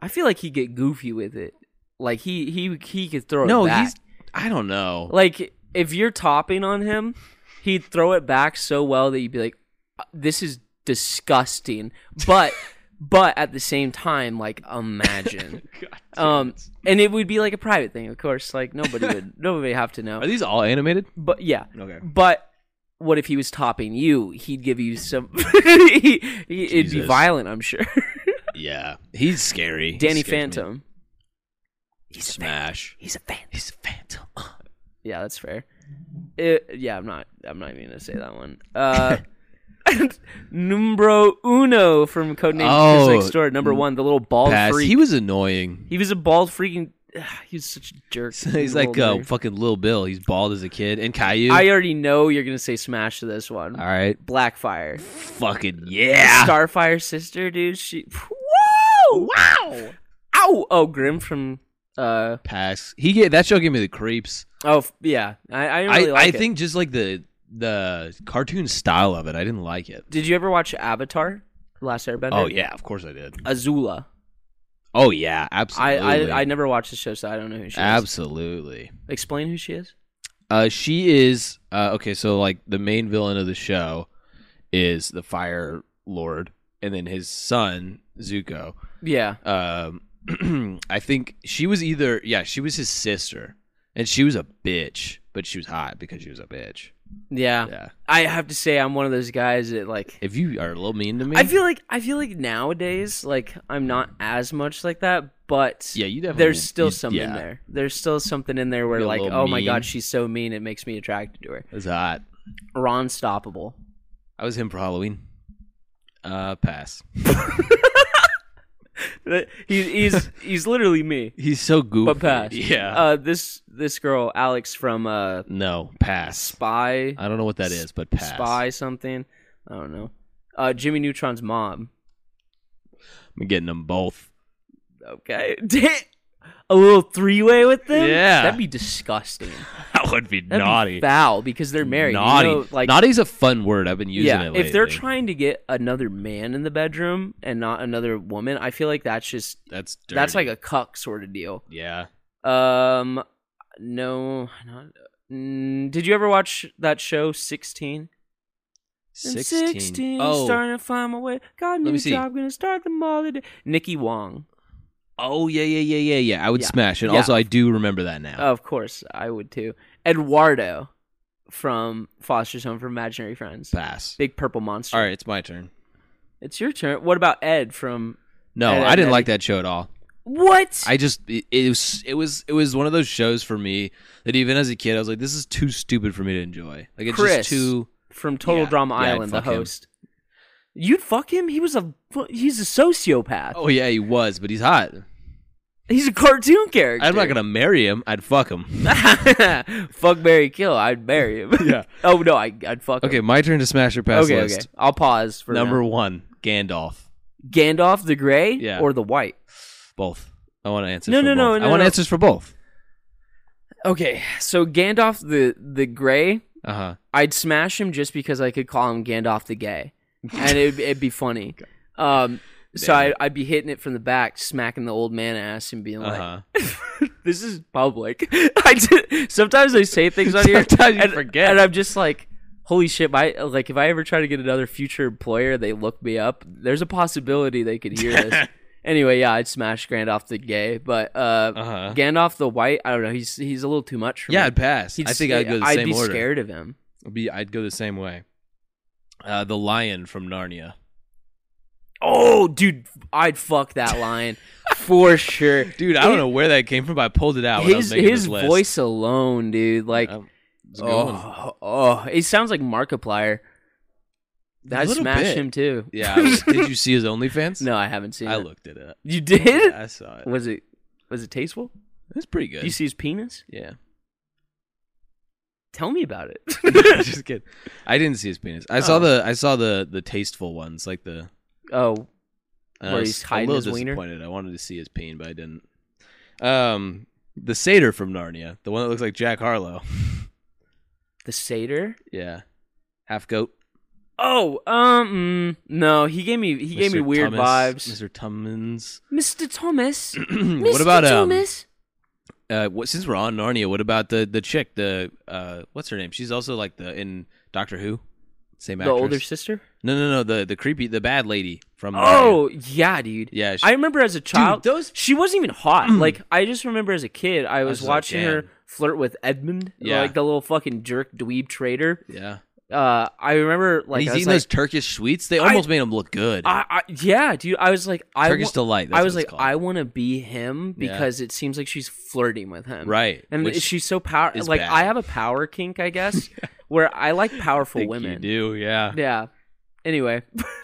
[SPEAKER 1] I feel like he get goofy with it. Like he he he could throw. it
[SPEAKER 2] No,
[SPEAKER 1] back.
[SPEAKER 2] he's. I don't know.
[SPEAKER 1] Like if you're topping on him, he'd throw it back so well that you'd be like, "Uh, "This is disgusting." But but at the same time, like imagine,
[SPEAKER 2] God damn
[SPEAKER 1] um,
[SPEAKER 2] it.
[SPEAKER 1] and it would be like a private thing, of course. Like nobody would nobody would have to know.
[SPEAKER 2] are these all animated?
[SPEAKER 1] But yeah,
[SPEAKER 2] Okay.
[SPEAKER 1] but. What if he was topping you? He'd give you some. he, he, it'd be
[SPEAKER 2] Jesus.
[SPEAKER 1] violent, I'm sure.
[SPEAKER 2] Yeah, he's scary. He
[SPEAKER 1] Danny
[SPEAKER 2] scares me.
[SPEAKER 1] Phantom.
[SPEAKER 2] Smash.
[SPEAKER 1] He's a fan.
[SPEAKER 2] He's a phantom.
[SPEAKER 1] Yeah, that's fair. It, yeah, I'm not. I'm not even gonna say that one. Uh, numero uno from Codename
[SPEAKER 2] Oh,
[SPEAKER 1] Physics Store. Number one, the little bald
[SPEAKER 2] Pass.
[SPEAKER 1] freak.
[SPEAKER 2] He was annoying.
[SPEAKER 1] He was a bald freaking. He was such a jerk.
[SPEAKER 2] So he's
[SPEAKER 1] a
[SPEAKER 2] like
[SPEAKER 1] little
[SPEAKER 2] uh,
[SPEAKER 1] nerd.
[SPEAKER 2] fucking Lil Bill. He's bald as a kid. And Caillou.
[SPEAKER 1] I already know you're gonna say smash to this one.
[SPEAKER 2] all right.
[SPEAKER 1] Blackfire,
[SPEAKER 2] Fucking yeah.
[SPEAKER 1] Starfire sister, dude. She. Whoa! Wow! Ow! Oh, Grim from. Uh,
[SPEAKER 2] Pass. He gave that show gave me the creeps.
[SPEAKER 1] Oh f- yeah, I I, didn't really
[SPEAKER 2] I,
[SPEAKER 1] like
[SPEAKER 2] I
[SPEAKER 1] it.
[SPEAKER 2] think just like the the cartoon style of it, I didn't like it.
[SPEAKER 1] Did you ever watch Avatar: The Last Airbender?
[SPEAKER 2] Oh yeah, of course I did.
[SPEAKER 1] Azula.
[SPEAKER 2] Oh yeah,
[SPEAKER 1] I,
[SPEAKER 2] absolutely.
[SPEAKER 1] I I never watched the show, so I don't know who she is.
[SPEAKER 2] absolutely.
[SPEAKER 1] Explain who she is.
[SPEAKER 2] Uh, she is uh, okay. So like the main villain of the show is the Fire Lord, and then his son Zuko.
[SPEAKER 1] Yeah.
[SPEAKER 2] Um, I think she was either yeah, she was his sister, and she was a bitch, but she was hot because she was a bitch.
[SPEAKER 1] yeah,
[SPEAKER 2] Yeah.
[SPEAKER 1] I have to say, I'm one of those guys that like.
[SPEAKER 2] If you are a little mean to me,
[SPEAKER 1] I feel like I feel like nowadays, like I'm not as much like that, but
[SPEAKER 2] yeah, you definitely
[SPEAKER 1] there's still
[SPEAKER 2] you-
[SPEAKER 1] something
[SPEAKER 2] yeah,
[SPEAKER 1] there. There's still something in there where
[SPEAKER 2] You're a
[SPEAKER 1] like,
[SPEAKER 2] little
[SPEAKER 1] oh my
[SPEAKER 2] mean.
[SPEAKER 1] god, she's so mean, it makes me attracted to her.
[SPEAKER 2] It's hot.
[SPEAKER 1] Ron stoppable.
[SPEAKER 2] I was him for Halloween. Uh, pass.
[SPEAKER 1] He's he's he's literally me.
[SPEAKER 2] He's so goofy.
[SPEAKER 1] But pass.
[SPEAKER 2] Yeah.
[SPEAKER 1] Uh, this this girl Alex from uh
[SPEAKER 2] no, pass.
[SPEAKER 1] Spy
[SPEAKER 2] I don't know what that is, but pass.
[SPEAKER 1] Spy something. I don't know. Uh, Jimmy Neutron's mom.
[SPEAKER 2] I'm getting them both.
[SPEAKER 1] Okay. A little three way with them.
[SPEAKER 2] Yeah.
[SPEAKER 1] that'd be disgusting.
[SPEAKER 2] That would be
[SPEAKER 1] That'd
[SPEAKER 2] naughty.
[SPEAKER 1] be foul because they're married. You
[SPEAKER 2] Naughty.
[SPEAKER 1] know, like
[SPEAKER 2] Naughty's a fun word. I've been using
[SPEAKER 1] yeah,
[SPEAKER 2] it lately.
[SPEAKER 1] if they're trying to get another man in the bedroom and not another woman, I feel like that's just
[SPEAKER 2] that's dirty.
[SPEAKER 1] that's like a cuck sort of deal.
[SPEAKER 2] yeah.
[SPEAKER 1] Um, no, not. Mm, did you ever watch that show Sixteen? I'm
[SPEAKER 2] 16. Oh,
[SPEAKER 1] starting to find my way. Got a
[SPEAKER 2] me
[SPEAKER 1] new
[SPEAKER 2] see.
[SPEAKER 1] job, gonna start them all today. Nikki Wong,
[SPEAKER 2] oh yeah, yeah, yeah, yeah, yeah. I would
[SPEAKER 1] Yeah.
[SPEAKER 2] smash it.
[SPEAKER 1] Yeah. Oh.
[SPEAKER 2] Also, I do remember that now.
[SPEAKER 1] of course, I would too. Eduardo from Foster's Home for Imaginary Friends,
[SPEAKER 2] Pass.
[SPEAKER 1] big purple monster.
[SPEAKER 2] All right, it's my turn.
[SPEAKER 1] It's your turn. What about Ed from
[SPEAKER 2] No,
[SPEAKER 1] And-
[SPEAKER 2] I didn't
[SPEAKER 1] and-
[SPEAKER 2] like that show at all.
[SPEAKER 1] what?
[SPEAKER 2] I just it, it was it was it was one of those shows for me that even as a kid I was like, this is too stupid for me to enjoy. Like it's
[SPEAKER 1] Chris.
[SPEAKER 2] just too.
[SPEAKER 1] from Total
[SPEAKER 2] Yeah,
[SPEAKER 1] Drama
[SPEAKER 2] yeah, I'd
[SPEAKER 1] Island, the
[SPEAKER 2] fuck him.
[SPEAKER 1] host. You'd fuck him. He was a fu- he's a sociopath.
[SPEAKER 2] Oh yeah, he was, but he's hot.
[SPEAKER 1] He's a cartoon character.
[SPEAKER 2] I'm not gonna marry him. I'd fuck him.
[SPEAKER 1] fuck Barry Kill. I'd bury him.
[SPEAKER 2] Yeah.
[SPEAKER 1] oh no, I, I'd fuck.
[SPEAKER 2] Okay,
[SPEAKER 1] Him.
[SPEAKER 2] my turn to smash your pass
[SPEAKER 1] Okay.
[SPEAKER 2] list.
[SPEAKER 1] Okay. I'll pause for
[SPEAKER 2] Number
[SPEAKER 1] now.
[SPEAKER 2] one, Gandalf.
[SPEAKER 1] Gandalf the Gray
[SPEAKER 2] Yeah.
[SPEAKER 1] or the White.
[SPEAKER 2] Both. I want answers.
[SPEAKER 1] No,
[SPEAKER 2] for
[SPEAKER 1] no,
[SPEAKER 2] both.
[SPEAKER 1] no, no,
[SPEAKER 2] I want
[SPEAKER 1] no.
[SPEAKER 2] answers for both.
[SPEAKER 1] Okay, so Gandalf the the Gray.
[SPEAKER 2] Uh huh.
[SPEAKER 1] I'd smash him just because I could call him Gandalf the Gay, and it'd, it'd be funny. Um, so
[SPEAKER 2] Damn.
[SPEAKER 1] I, I'd be hitting it from the back, smacking the old man ass, and being
[SPEAKER 2] Uh
[SPEAKER 1] like,
[SPEAKER 2] huh.
[SPEAKER 1] this is public. I did, sometimes I say things on here,
[SPEAKER 2] Sometimes you
[SPEAKER 1] and,
[SPEAKER 2] forget.
[SPEAKER 1] and I'm just like, holy shit! My like, if I ever try to get another future employer, they look me up. There's a possibility they could hear this. anyway, yeah, I'd smash Gandalf the gay, but uh,
[SPEAKER 2] Uh huh.
[SPEAKER 1] Gandalf the white, I don't know. He's he's a little too much for
[SPEAKER 2] Yeah,
[SPEAKER 1] me.
[SPEAKER 2] I'd pass.
[SPEAKER 1] He'd
[SPEAKER 2] I think
[SPEAKER 1] say-
[SPEAKER 2] I'd go the same
[SPEAKER 1] be
[SPEAKER 2] order.
[SPEAKER 1] scared of him.
[SPEAKER 2] I'd be, I'd go the same way. Uh, the lion from Narnia.
[SPEAKER 1] Oh, dude, I'd fuck that lion for sure.
[SPEAKER 2] Dude, I don't
[SPEAKER 1] It-
[SPEAKER 2] know where that came from. but I pulled it out. when I was
[SPEAKER 1] His
[SPEAKER 2] making
[SPEAKER 1] his
[SPEAKER 2] this list.
[SPEAKER 1] voice alone, dude, like.
[SPEAKER 2] Um, it's a good one.
[SPEAKER 1] Oh, oh, it sounds like Markiplier. I
[SPEAKER 2] Little
[SPEAKER 1] smashed
[SPEAKER 2] bit.
[SPEAKER 1] him too.
[SPEAKER 2] Yeah. I was- did you see his OnlyFans?
[SPEAKER 1] no, I haven't seen.
[SPEAKER 2] I
[SPEAKER 1] it.
[SPEAKER 2] looked it up.
[SPEAKER 1] You did?
[SPEAKER 2] Yeah, I saw it.
[SPEAKER 1] Was it was it tasteful?
[SPEAKER 2] It's pretty
[SPEAKER 1] Do
[SPEAKER 2] good.
[SPEAKER 1] you see his penis?
[SPEAKER 2] yeah.
[SPEAKER 1] Tell me about it.
[SPEAKER 2] Just kidding. I didn't see his penis. I saw
[SPEAKER 1] Oh.
[SPEAKER 2] the I saw the the tasteful ones, like the
[SPEAKER 1] oh,
[SPEAKER 2] I
[SPEAKER 1] Where
[SPEAKER 2] was
[SPEAKER 1] he's hiding
[SPEAKER 2] a little
[SPEAKER 1] his wiener?
[SPEAKER 2] disappointed. I wanted to see his peen, but I didn't. Um, the satyr from Narnia, the one that looks like Jack Harlow.
[SPEAKER 1] the satyr.
[SPEAKER 2] Yeah, half goat.
[SPEAKER 1] Oh, um, mm, no, he gave me he gave me
[SPEAKER 2] Mr.
[SPEAKER 1] weird
[SPEAKER 2] Thomas-
[SPEAKER 1] vibes.
[SPEAKER 2] Mr. Tummins.
[SPEAKER 1] Mr. Thomas.
[SPEAKER 2] what about um?
[SPEAKER 1] Thomas?
[SPEAKER 2] Uh, what, since we're on Narnia, what about the the chick? The uh, what's her name? She's also like the in Doctor Who. Same
[SPEAKER 1] the
[SPEAKER 2] actress.
[SPEAKER 1] older sister?
[SPEAKER 2] no, no, no. The the creepy, the bad lady from. Narnia.
[SPEAKER 1] Oh yeah, dude.
[SPEAKER 2] yeah. She,
[SPEAKER 1] I remember as a child,
[SPEAKER 2] those- Mm.
[SPEAKER 1] she wasn't even hot. like I just remember as a kid, I was,
[SPEAKER 2] was like,
[SPEAKER 1] watching her
[SPEAKER 2] "Damn."
[SPEAKER 1] flirt with Edmund,
[SPEAKER 2] Yeah.
[SPEAKER 1] like the little fucking jerk dweeb traitor.
[SPEAKER 2] yeah.
[SPEAKER 1] Uh, I remember
[SPEAKER 2] Like,
[SPEAKER 1] like
[SPEAKER 2] he's
[SPEAKER 1] I was
[SPEAKER 2] eating
[SPEAKER 1] like,
[SPEAKER 2] those Turkish sweets. They almost made him look good.
[SPEAKER 1] I, I, yeah, dude. I was like, I,
[SPEAKER 2] Turkish
[SPEAKER 1] wa-
[SPEAKER 2] delight. That's
[SPEAKER 1] I was
[SPEAKER 2] what
[SPEAKER 1] like,
[SPEAKER 2] it's
[SPEAKER 1] I
[SPEAKER 2] called.
[SPEAKER 1] want to be him
[SPEAKER 2] Yeah.
[SPEAKER 1] because it seems like she's flirting with him,
[SPEAKER 2] right.
[SPEAKER 1] And
[SPEAKER 2] Which-
[SPEAKER 1] she's so power.
[SPEAKER 2] is
[SPEAKER 1] Like
[SPEAKER 2] bad.
[SPEAKER 1] I have a power kink, I guess, where I like powerful
[SPEAKER 2] think
[SPEAKER 1] women.
[SPEAKER 2] You do, yeah.
[SPEAKER 1] Yeah. Anyway,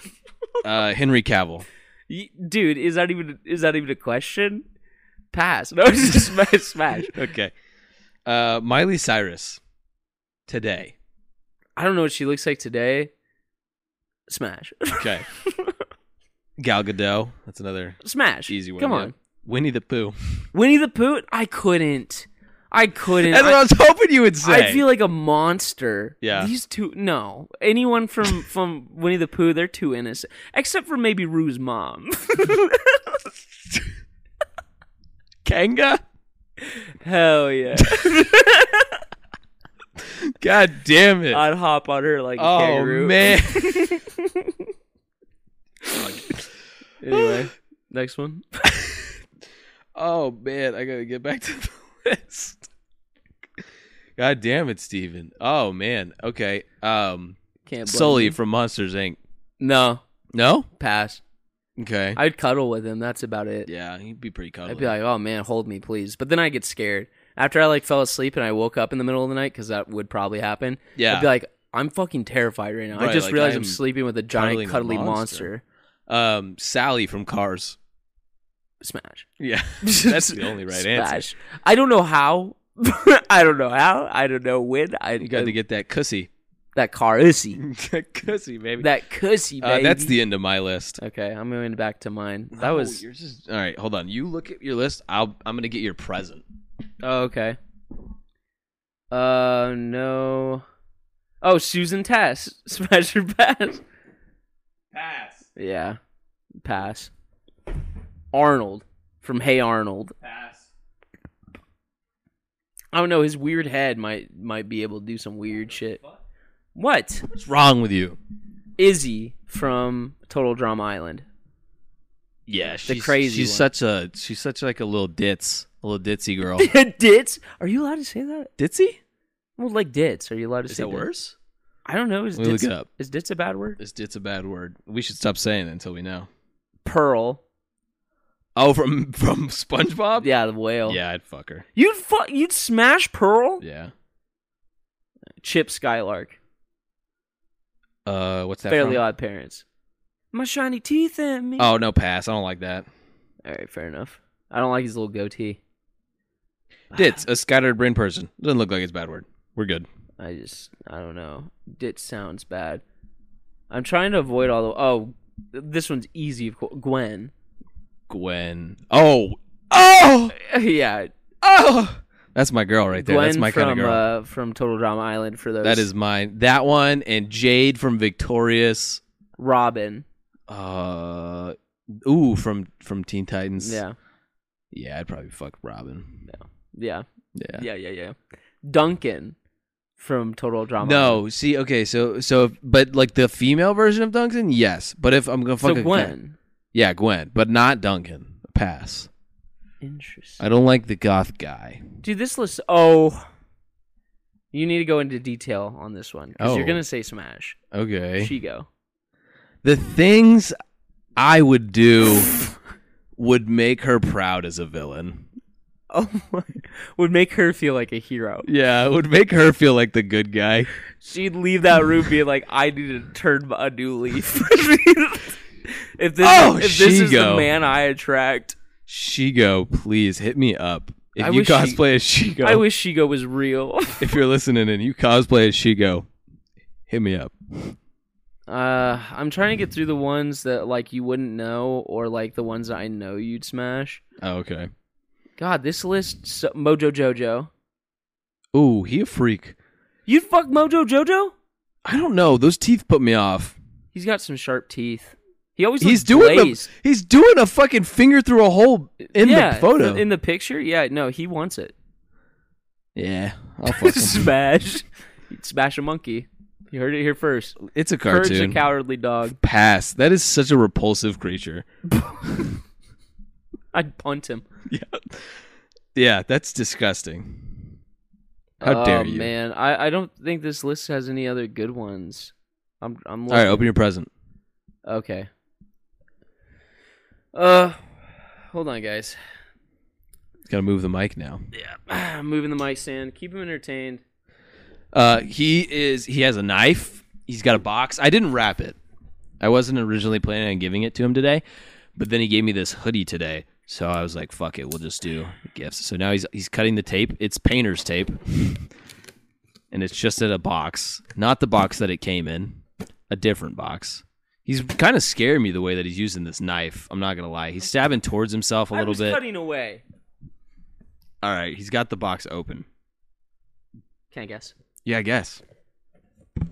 [SPEAKER 2] Uh, Henry Cavill.
[SPEAKER 1] Y- dude, is that even is that even a question? Pass. No, it's just smash. smash.
[SPEAKER 2] okay. Uh, Miley Cyrus. Today.
[SPEAKER 1] I don't know what she looks like today. Smash.
[SPEAKER 2] Okay. Gal Gadot. That's another
[SPEAKER 1] Smash.
[SPEAKER 2] easy one.
[SPEAKER 1] Come
[SPEAKER 2] yeah.
[SPEAKER 1] on.
[SPEAKER 2] Winnie the Pooh.
[SPEAKER 1] Winnie the Pooh, I couldn't. I couldn't.
[SPEAKER 2] That's what I
[SPEAKER 1] I,
[SPEAKER 2] was hoping you would say.
[SPEAKER 1] I feel like a monster.
[SPEAKER 2] Yeah.
[SPEAKER 1] These two, no. Anyone from from Winnie the Pooh, they're too innocent. Except for maybe Rue's mom.
[SPEAKER 2] Kanga.
[SPEAKER 1] Hell yeah.
[SPEAKER 2] God damn it!
[SPEAKER 1] I'd hop on her like a
[SPEAKER 2] oh
[SPEAKER 1] kangaroo.
[SPEAKER 2] man.
[SPEAKER 1] Anyway, next one.
[SPEAKER 2] Oh man, I gotta get back to the list. God damn it, Steven. Oh man. Okay. Um
[SPEAKER 1] Can't blame
[SPEAKER 2] Sully
[SPEAKER 1] you.
[SPEAKER 2] from Monsters Inc.
[SPEAKER 1] No,
[SPEAKER 2] No?
[SPEAKER 1] pass.
[SPEAKER 2] Okay.
[SPEAKER 1] I'd cuddle with him. That's about it.
[SPEAKER 2] yeah, he'd be pretty cuddly.
[SPEAKER 1] I'd be like, oh man, hold me, please. But then I get scared. After I like fell asleep and I woke up in the middle of the night because that would probably happen.
[SPEAKER 2] yeah.
[SPEAKER 1] I'd be like, I'm fucking terrified right now. I
[SPEAKER 2] Right,
[SPEAKER 1] just
[SPEAKER 2] like,
[SPEAKER 1] realized
[SPEAKER 2] I'm
[SPEAKER 1] I'm sleeping with a giant
[SPEAKER 2] cuddling a
[SPEAKER 1] cuddly
[SPEAKER 2] monster."
[SPEAKER 1] monster.
[SPEAKER 2] um Sally from Cars.
[SPEAKER 1] Smash.
[SPEAKER 2] Yeah. That's the only right answer.
[SPEAKER 1] Smash. I don't know how. I don't know how. I don't know when. I
[SPEAKER 2] You got to get that cussy.
[SPEAKER 1] that car ussy.
[SPEAKER 2] that cussy, baby.
[SPEAKER 1] That cussy baby.
[SPEAKER 2] uh, that's the end of my list.
[SPEAKER 1] Okay, I'm going back to mine. That
[SPEAKER 2] No,
[SPEAKER 1] was
[SPEAKER 2] yours is all right. Hold on. You look at your list. I'll. I'm gonna get your present.
[SPEAKER 1] oh, okay. Uh no. Oh, Susan Tess. Smash your pass.
[SPEAKER 2] Pass.
[SPEAKER 1] Yeah. Pass. Arnold from Hey Arnold.
[SPEAKER 2] Pass.
[SPEAKER 1] I don't know, his weird head might might be able to do some weird shit. What?
[SPEAKER 2] What's wrong with you?
[SPEAKER 1] Izzy from Total Drama Island.
[SPEAKER 2] Yeah, she's
[SPEAKER 1] crazy
[SPEAKER 2] She's
[SPEAKER 1] one.
[SPEAKER 2] such a she's such like a little ditz, a little ditzy girl.
[SPEAKER 1] Ditz? Are you allowed to say that?
[SPEAKER 2] ditzy?
[SPEAKER 1] Well, like Ditz. Are you allowed to
[SPEAKER 2] Is
[SPEAKER 1] say
[SPEAKER 2] that
[SPEAKER 1] ditz?
[SPEAKER 2] worse?
[SPEAKER 1] I don't know. Is
[SPEAKER 2] Let me look
[SPEAKER 1] Ditz,
[SPEAKER 2] it up.
[SPEAKER 1] is Ditz a bad word?
[SPEAKER 2] Is ditz a bad word? We should stop saying it until we know.
[SPEAKER 1] Pearl.
[SPEAKER 2] Oh, from from SpongeBob?
[SPEAKER 1] Yeah, the whale.
[SPEAKER 2] Yeah, I'd fuck her.
[SPEAKER 1] You'd fu- you'd smash Pearl?
[SPEAKER 2] Yeah.
[SPEAKER 1] Chip Skylark.
[SPEAKER 2] Uh, what's that?
[SPEAKER 1] Fairly
[SPEAKER 2] from?
[SPEAKER 1] odd parents. My shiny teeth and me.
[SPEAKER 2] Oh no, pass. I don't like that.
[SPEAKER 1] All right, fair enough. I don't like his little goatee.
[SPEAKER 2] Ditz, a scattered brain person. Doesn't look like it's a bad word. We're good.
[SPEAKER 1] I just I don't know. Dit sounds bad. I'm trying to avoid all the oh this one's easy of course. Gwen.
[SPEAKER 2] Gwen. Oh. Oh.
[SPEAKER 1] yeah.
[SPEAKER 2] Oh. That's my girl right there.
[SPEAKER 1] Gwen
[SPEAKER 2] That's my
[SPEAKER 1] from
[SPEAKER 2] kind of girl.
[SPEAKER 1] uh from Total Drama Island for those
[SPEAKER 2] that is mine. That one and Jade from Victorious.
[SPEAKER 1] Robin.
[SPEAKER 2] Uh, ooh, from from Teen Titans.
[SPEAKER 1] Yeah.
[SPEAKER 2] yeah, I'd probably fuck Robin.
[SPEAKER 1] Yeah.
[SPEAKER 2] Yeah.
[SPEAKER 1] Yeah, yeah, yeah. Duncan from Total Drama Island.
[SPEAKER 2] No, see, okay, so so, if, but like the female version of Duncan, yes. But if I'm gonna fuck
[SPEAKER 1] So
[SPEAKER 2] a guy-
[SPEAKER 1] Gwen.
[SPEAKER 2] yeah, Gwen, but not Duncan. Pass.
[SPEAKER 1] Interesting.
[SPEAKER 2] I don't like the goth guy.
[SPEAKER 1] Dude, this list oh you need to go into detail on this one because
[SPEAKER 2] Oh. Eh?
[SPEAKER 1] you're gonna say Smash.
[SPEAKER 2] Okay,
[SPEAKER 1] Shigo.
[SPEAKER 2] the things I would do would make her proud as a villain.
[SPEAKER 1] Oh my! Would make her feel like a hero.
[SPEAKER 2] Yeah, it would make her feel like the good guy.
[SPEAKER 1] She'd leave that room being like, "I need to turn a new leaf." if this,
[SPEAKER 2] Oh,
[SPEAKER 1] if this is
[SPEAKER 2] Shigo.
[SPEAKER 1] the man I attract,
[SPEAKER 2] Shigo, please hit me up. If
[SPEAKER 1] I
[SPEAKER 2] you
[SPEAKER 1] wish she-
[SPEAKER 2] cosplay as Shigo,
[SPEAKER 1] I wish Shigo was real.
[SPEAKER 2] if you're listening and you cosplay as Shigo, hit me up.
[SPEAKER 1] uh, I'm trying to get through the ones that like you wouldn't know, or like the ones that I know you'd smash.
[SPEAKER 2] Oh, okay.
[SPEAKER 1] God, this list, so- Mojo Jojo.
[SPEAKER 2] Ooh, he a freak.
[SPEAKER 1] You'd fuck Mojo Jojo?
[SPEAKER 2] I don't know. Those teeth put me off.
[SPEAKER 1] He's got some sharp teeth. He always
[SPEAKER 2] He's
[SPEAKER 1] looks
[SPEAKER 2] doing
[SPEAKER 1] blazed.
[SPEAKER 2] the, he's doing a fucking finger through a hole in
[SPEAKER 1] Yeah,
[SPEAKER 2] the photo.
[SPEAKER 1] in the picture. Yeah, no, he wants it.
[SPEAKER 2] yeah, I'll fuck him.
[SPEAKER 1] smash. smash a monkey. You heard it here first.
[SPEAKER 2] It's a
[SPEAKER 1] Courage the
[SPEAKER 2] cartoon.
[SPEAKER 1] cowardly dog.
[SPEAKER 2] Pass. That is such a repulsive creature.
[SPEAKER 1] I'd punt him.
[SPEAKER 2] Yeah, yeah, that's disgusting. How dare you?
[SPEAKER 1] Oh, man, I, I don't think this list has any other good ones. I'm I'm
[SPEAKER 2] All right,
[SPEAKER 1] looking.
[SPEAKER 2] open your present.
[SPEAKER 1] okay. Uh, hold on, guys.
[SPEAKER 2] Gotta move the mic now.
[SPEAKER 1] Yeah, moving the mic stand. Keep him entertained.
[SPEAKER 2] Uh, he is. He has a knife. He's got a box. I didn't wrap it. I wasn't originally planning on giving it to him today, but then he gave me this hoodie today, so I was like, "Fuck it, we'll just do gifts." So now he's he's cutting the tape. It's painter's tape, and it's just in a box, not the box that it came in, a different box. He's kind of scaring me the way that he's using this knife. I'm not gonna lie. He's stabbing towards himself a
[SPEAKER 1] I
[SPEAKER 2] little
[SPEAKER 1] was
[SPEAKER 2] bit.
[SPEAKER 1] cutting away.
[SPEAKER 2] All right, he's got the box open.
[SPEAKER 1] Can I guess?
[SPEAKER 2] Yeah, I guess.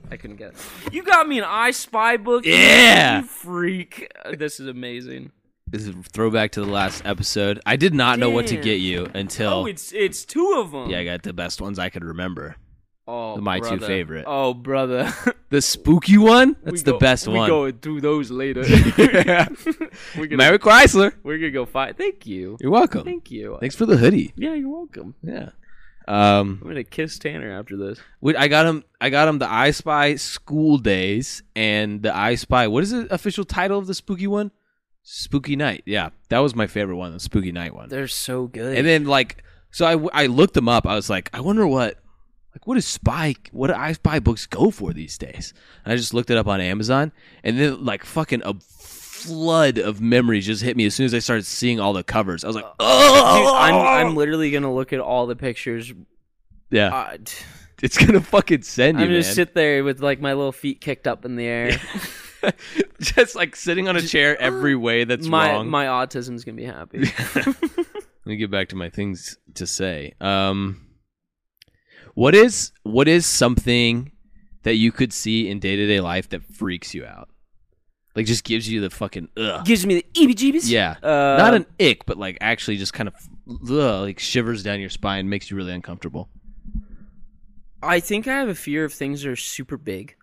[SPEAKER 1] I couldn't guess. You got me an I Spy book.
[SPEAKER 2] Yeah!
[SPEAKER 1] You freak. Uh, This is amazing.
[SPEAKER 2] This is a throwback to the last episode. I did not know what to
[SPEAKER 1] Damn.
[SPEAKER 2] get you until
[SPEAKER 1] Oh, it's it's two of them.
[SPEAKER 2] yeah, I got the best ones I could remember.
[SPEAKER 1] Oh,
[SPEAKER 2] my two
[SPEAKER 1] brother.
[SPEAKER 2] favorite.
[SPEAKER 1] Oh, brother.
[SPEAKER 2] The spooky one?
[SPEAKER 1] We
[SPEAKER 2] That's the
[SPEAKER 1] go-
[SPEAKER 2] best one.
[SPEAKER 1] We going through those later. we're gonna
[SPEAKER 2] Mary Chrysler.
[SPEAKER 1] we're gonna go fight. Thank you.
[SPEAKER 2] You're welcome.
[SPEAKER 1] Thank you.
[SPEAKER 2] Thanks for the hoodie.
[SPEAKER 1] Yeah, you're welcome.
[SPEAKER 2] Yeah. Um
[SPEAKER 1] I'm gonna kiss Tanner after this.
[SPEAKER 2] Wait, I got him. I got him the I Spy School Days and the I Spy. What is the official title of the spooky one? Spooky Night. Yeah, that was my favorite one, the Spooky Night one.
[SPEAKER 1] They're so good.
[SPEAKER 2] And then like, so I w- I looked them up. I was like, I wonder what, like, what is spy? What do I Spy books go for these days? And I just looked it up on Amazon, and then like fucking a flood of memories just hit me as soon as I started seeing all the covers. I was like, oh,
[SPEAKER 1] Dude, I'm, I'm literally gonna look at all the pictures.
[SPEAKER 2] yeah,
[SPEAKER 1] Uh,
[SPEAKER 2] it's gonna fucking send
[SPEAKER 1] I'm
[SPEAKER 2] you,
[SPEAKER 1] gonna
[SPEAKER 2] man.
[SPEAKER 1] sit there with like my little feet kicked up in the air.
[SPEAKER 2] just like sitting on a chair every way that's
[SPEAKER 1] my
[SPEAKER 2] wrong.
[SPEAKER 1] my autism's gonna be happy.
[SPEAKER 2] Let me get back to my things to say. Um, what is what is something that you could see in day to day life that freaks you out? Like just gives you the fucking ugh.
[SPEAKER 1] Gives me the eebie-jeebies.
[SPEAKER 2] Yeah,
[SPEAKER 1] Uh,
[SPEAKER 2] not an ick, but like actually just kind of ugh, like shivers down your spine, makes you really uncomfortable.
[SPEAKER 1] I think I have a fear of things that are super big,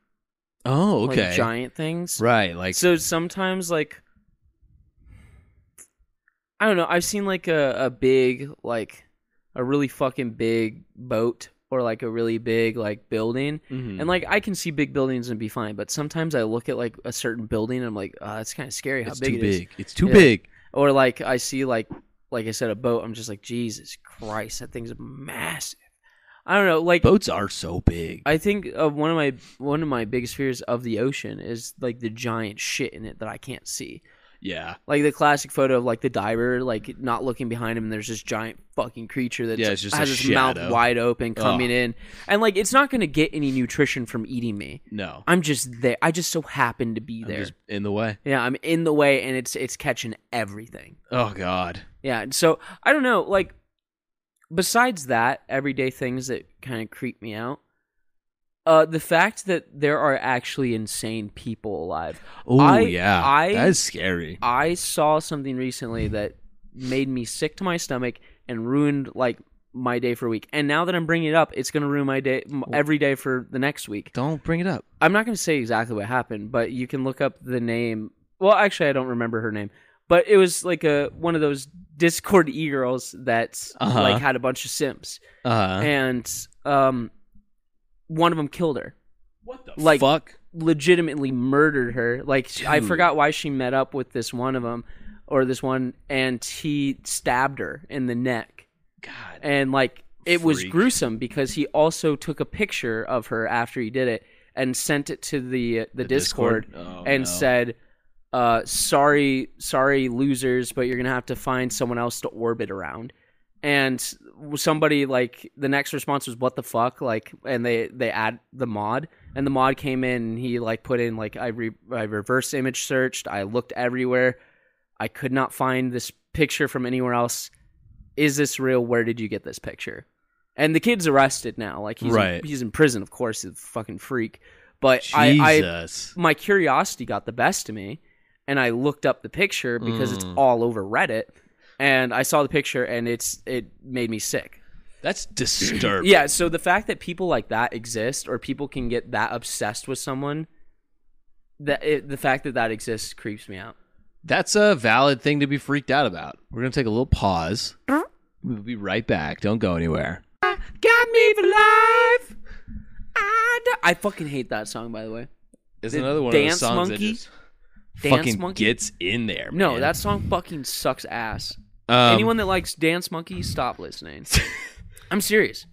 [SPEAKER 2] Oh, okay,
[SPEAKER 1] like giant things.
[SPEAKER 2] right? Like
[SPEAKER 1] so sometimes like I don't know, I've seen like a, a big like a really fucking big boat or like a really big like building.
[SPEAKER 2] mhm.
[SPEAKER 1] And like I can see big buildings and be fine, but sometimes I look at like a certain building and I'm like, oh, that's kind of scary how
[SPEAKER 2] it's
[SPEAKER 1] big
[SPEAKER 2] too
[SPEAKER 1] it is.
[SPEAKER 2] big. It's too
[SPEAKER 1] Yeah.
[SPEAKER 2] big.
[SPEAKER 1] Or like I see like like I said a boat, I'm just like, Jesus Christ, that thing's massive. I don't know, like
[SPEAKER 2] Boats are so big.
[SPEAKER 1] I think uh, one of my one of my biggest fears of the ocean is like the giant shit in it that I can't see.
[SPEAKER 2] yeah,
[SPEAKER 1] Like the classic photo of like the diver like not looking behind him and there's this giant fucking creature that
[SPEAKER 2] Yeah, it's just a
[SPEAKER 1] has its mouth
[SPEAKER 2] shadow.
[SPEAKER 1] wide open
[SPEAKER 2] Ugh.
[SPEAKER 1] coming in. And like it's not going to get any nutrition from eating me.
[SPEAKER 2] no,
[SPEAKER 1] I'm just there. I just so happen to be
[SPEAKER 2] I'm
[SPEAKER 1] there.
[SPEAKER 2] just in the way.
[SPEAKER 1] yeah, I'm in the way and it's it's catching everything.
[SPEAKER 2] Oh God.
[SPEAKER 1] Yeah, and so I don't know, like besides that, everyday things that kind of creep me out. Uh the fact that there are actually insane people alive.
[SPEAKER 2] Oh
[SPEAKER 1] I-
[SPEAKER 2] yeah,
[SPEAKER 1] I-
[SPEAKER 2] that is scary.
[SPEAKER 1] I saw something recently that made me sick to my stomach and ruined like my day for a week. And now that I'm bringing it up, it's going to ruin my day m- every day for the next week.
[SPEAKER 2] Don't bring it up.
[SPEAKER 1] I'm not going to say exactly what happened, but you can look up the name. Well, actually I don't remember her name, but it was like a one of those Discord e-girls that's
[SPEAKER 2] Uh-huh.
[SPEAKER 1] like had a bunch of simps Uh-huh.
[SPEAKER 2] Uh huh.
[SPEAKER 1] and um one of them killed her.
[SPEAKER 2] What the
[SPEAKER 1] like-
[SPEAKER 2] fuck?
[SPEAKER 1] legitimately murdered her. Like she- I
[SPEAKER 2] Dude.
[SPEAKER 1] forgot why she met up with this one of them or this one and he stabbed her in the neck.
[SPEAKER 2] God.
[SPEAKER 1] And like it was
[SPEAKER 2] Freak.
[SPEAKER 1] gruesome because he also took a picture of her after he did it and sent it to the uh, the, Discord,
[SPEAKER 2] Oh,
[SPEAKER 1] and
[SPEAKER 2] no.
[SPEAKER 1] said uh sorry sorry losers but you're going to have to find someone else to orbit around. And somebody like the next response was what the fuck like and they they add the mod and the mod came in and he like put in like I re- I reverse image searched, I looked everywhere. I could not find this picture from anywhere else. Is this real? Where did you get this picture? And the kid's arrested now. Like he's
[SPEAKER 2] Right.
[SPEAKER 1] he's in prison, of course, he's a fucking freak. But I, I
[SPEAKER 2] Jesus.
[SPEAKER 1] my curiosity got the best of me and I looked up the picture because it's
[SPEAKER 2] Mm.
[SPEAKER 1] all over Reddit and I saw the picture and it's it made me sick.
[SPEAKER 2] That's disturbing.
[SPEAKER 1] Yeah, so the fact that people like that exist or people can get that obsessed with someone that it, the fact that that exists creeps me out.
[SPEAKER 2] That's a valid thing to be freaked out about. We're gonna take a little pause. We'll be right back. Don't go anywhere.
[SPEAKER 1] Got me for life. I, d- I fucking hate that song by the way.
[SPEAKER 2] There's
[SPEAKER 1] The
[SPEAKER 2] another one
[SPEAKER 1] Dance
[SPEAKER 2] of those songs that
[SPEAKER 1] Monkey?
[SPEAKER 2] just
[SPEAKER 1] Dance
[SPEAKER 2] fucking
[SPEAKER 1] Monkey?
[SPEAKER 2] gets in there.
[SPEAKER 1] No,
[SPEAKER 2] man.
[SPEAKER 1] that song fucking sucks ass.
[SPEAKER 2] Um,
[SPEAKER 1] Anyone that likes Dance Monkey, stop listening. I'm serious.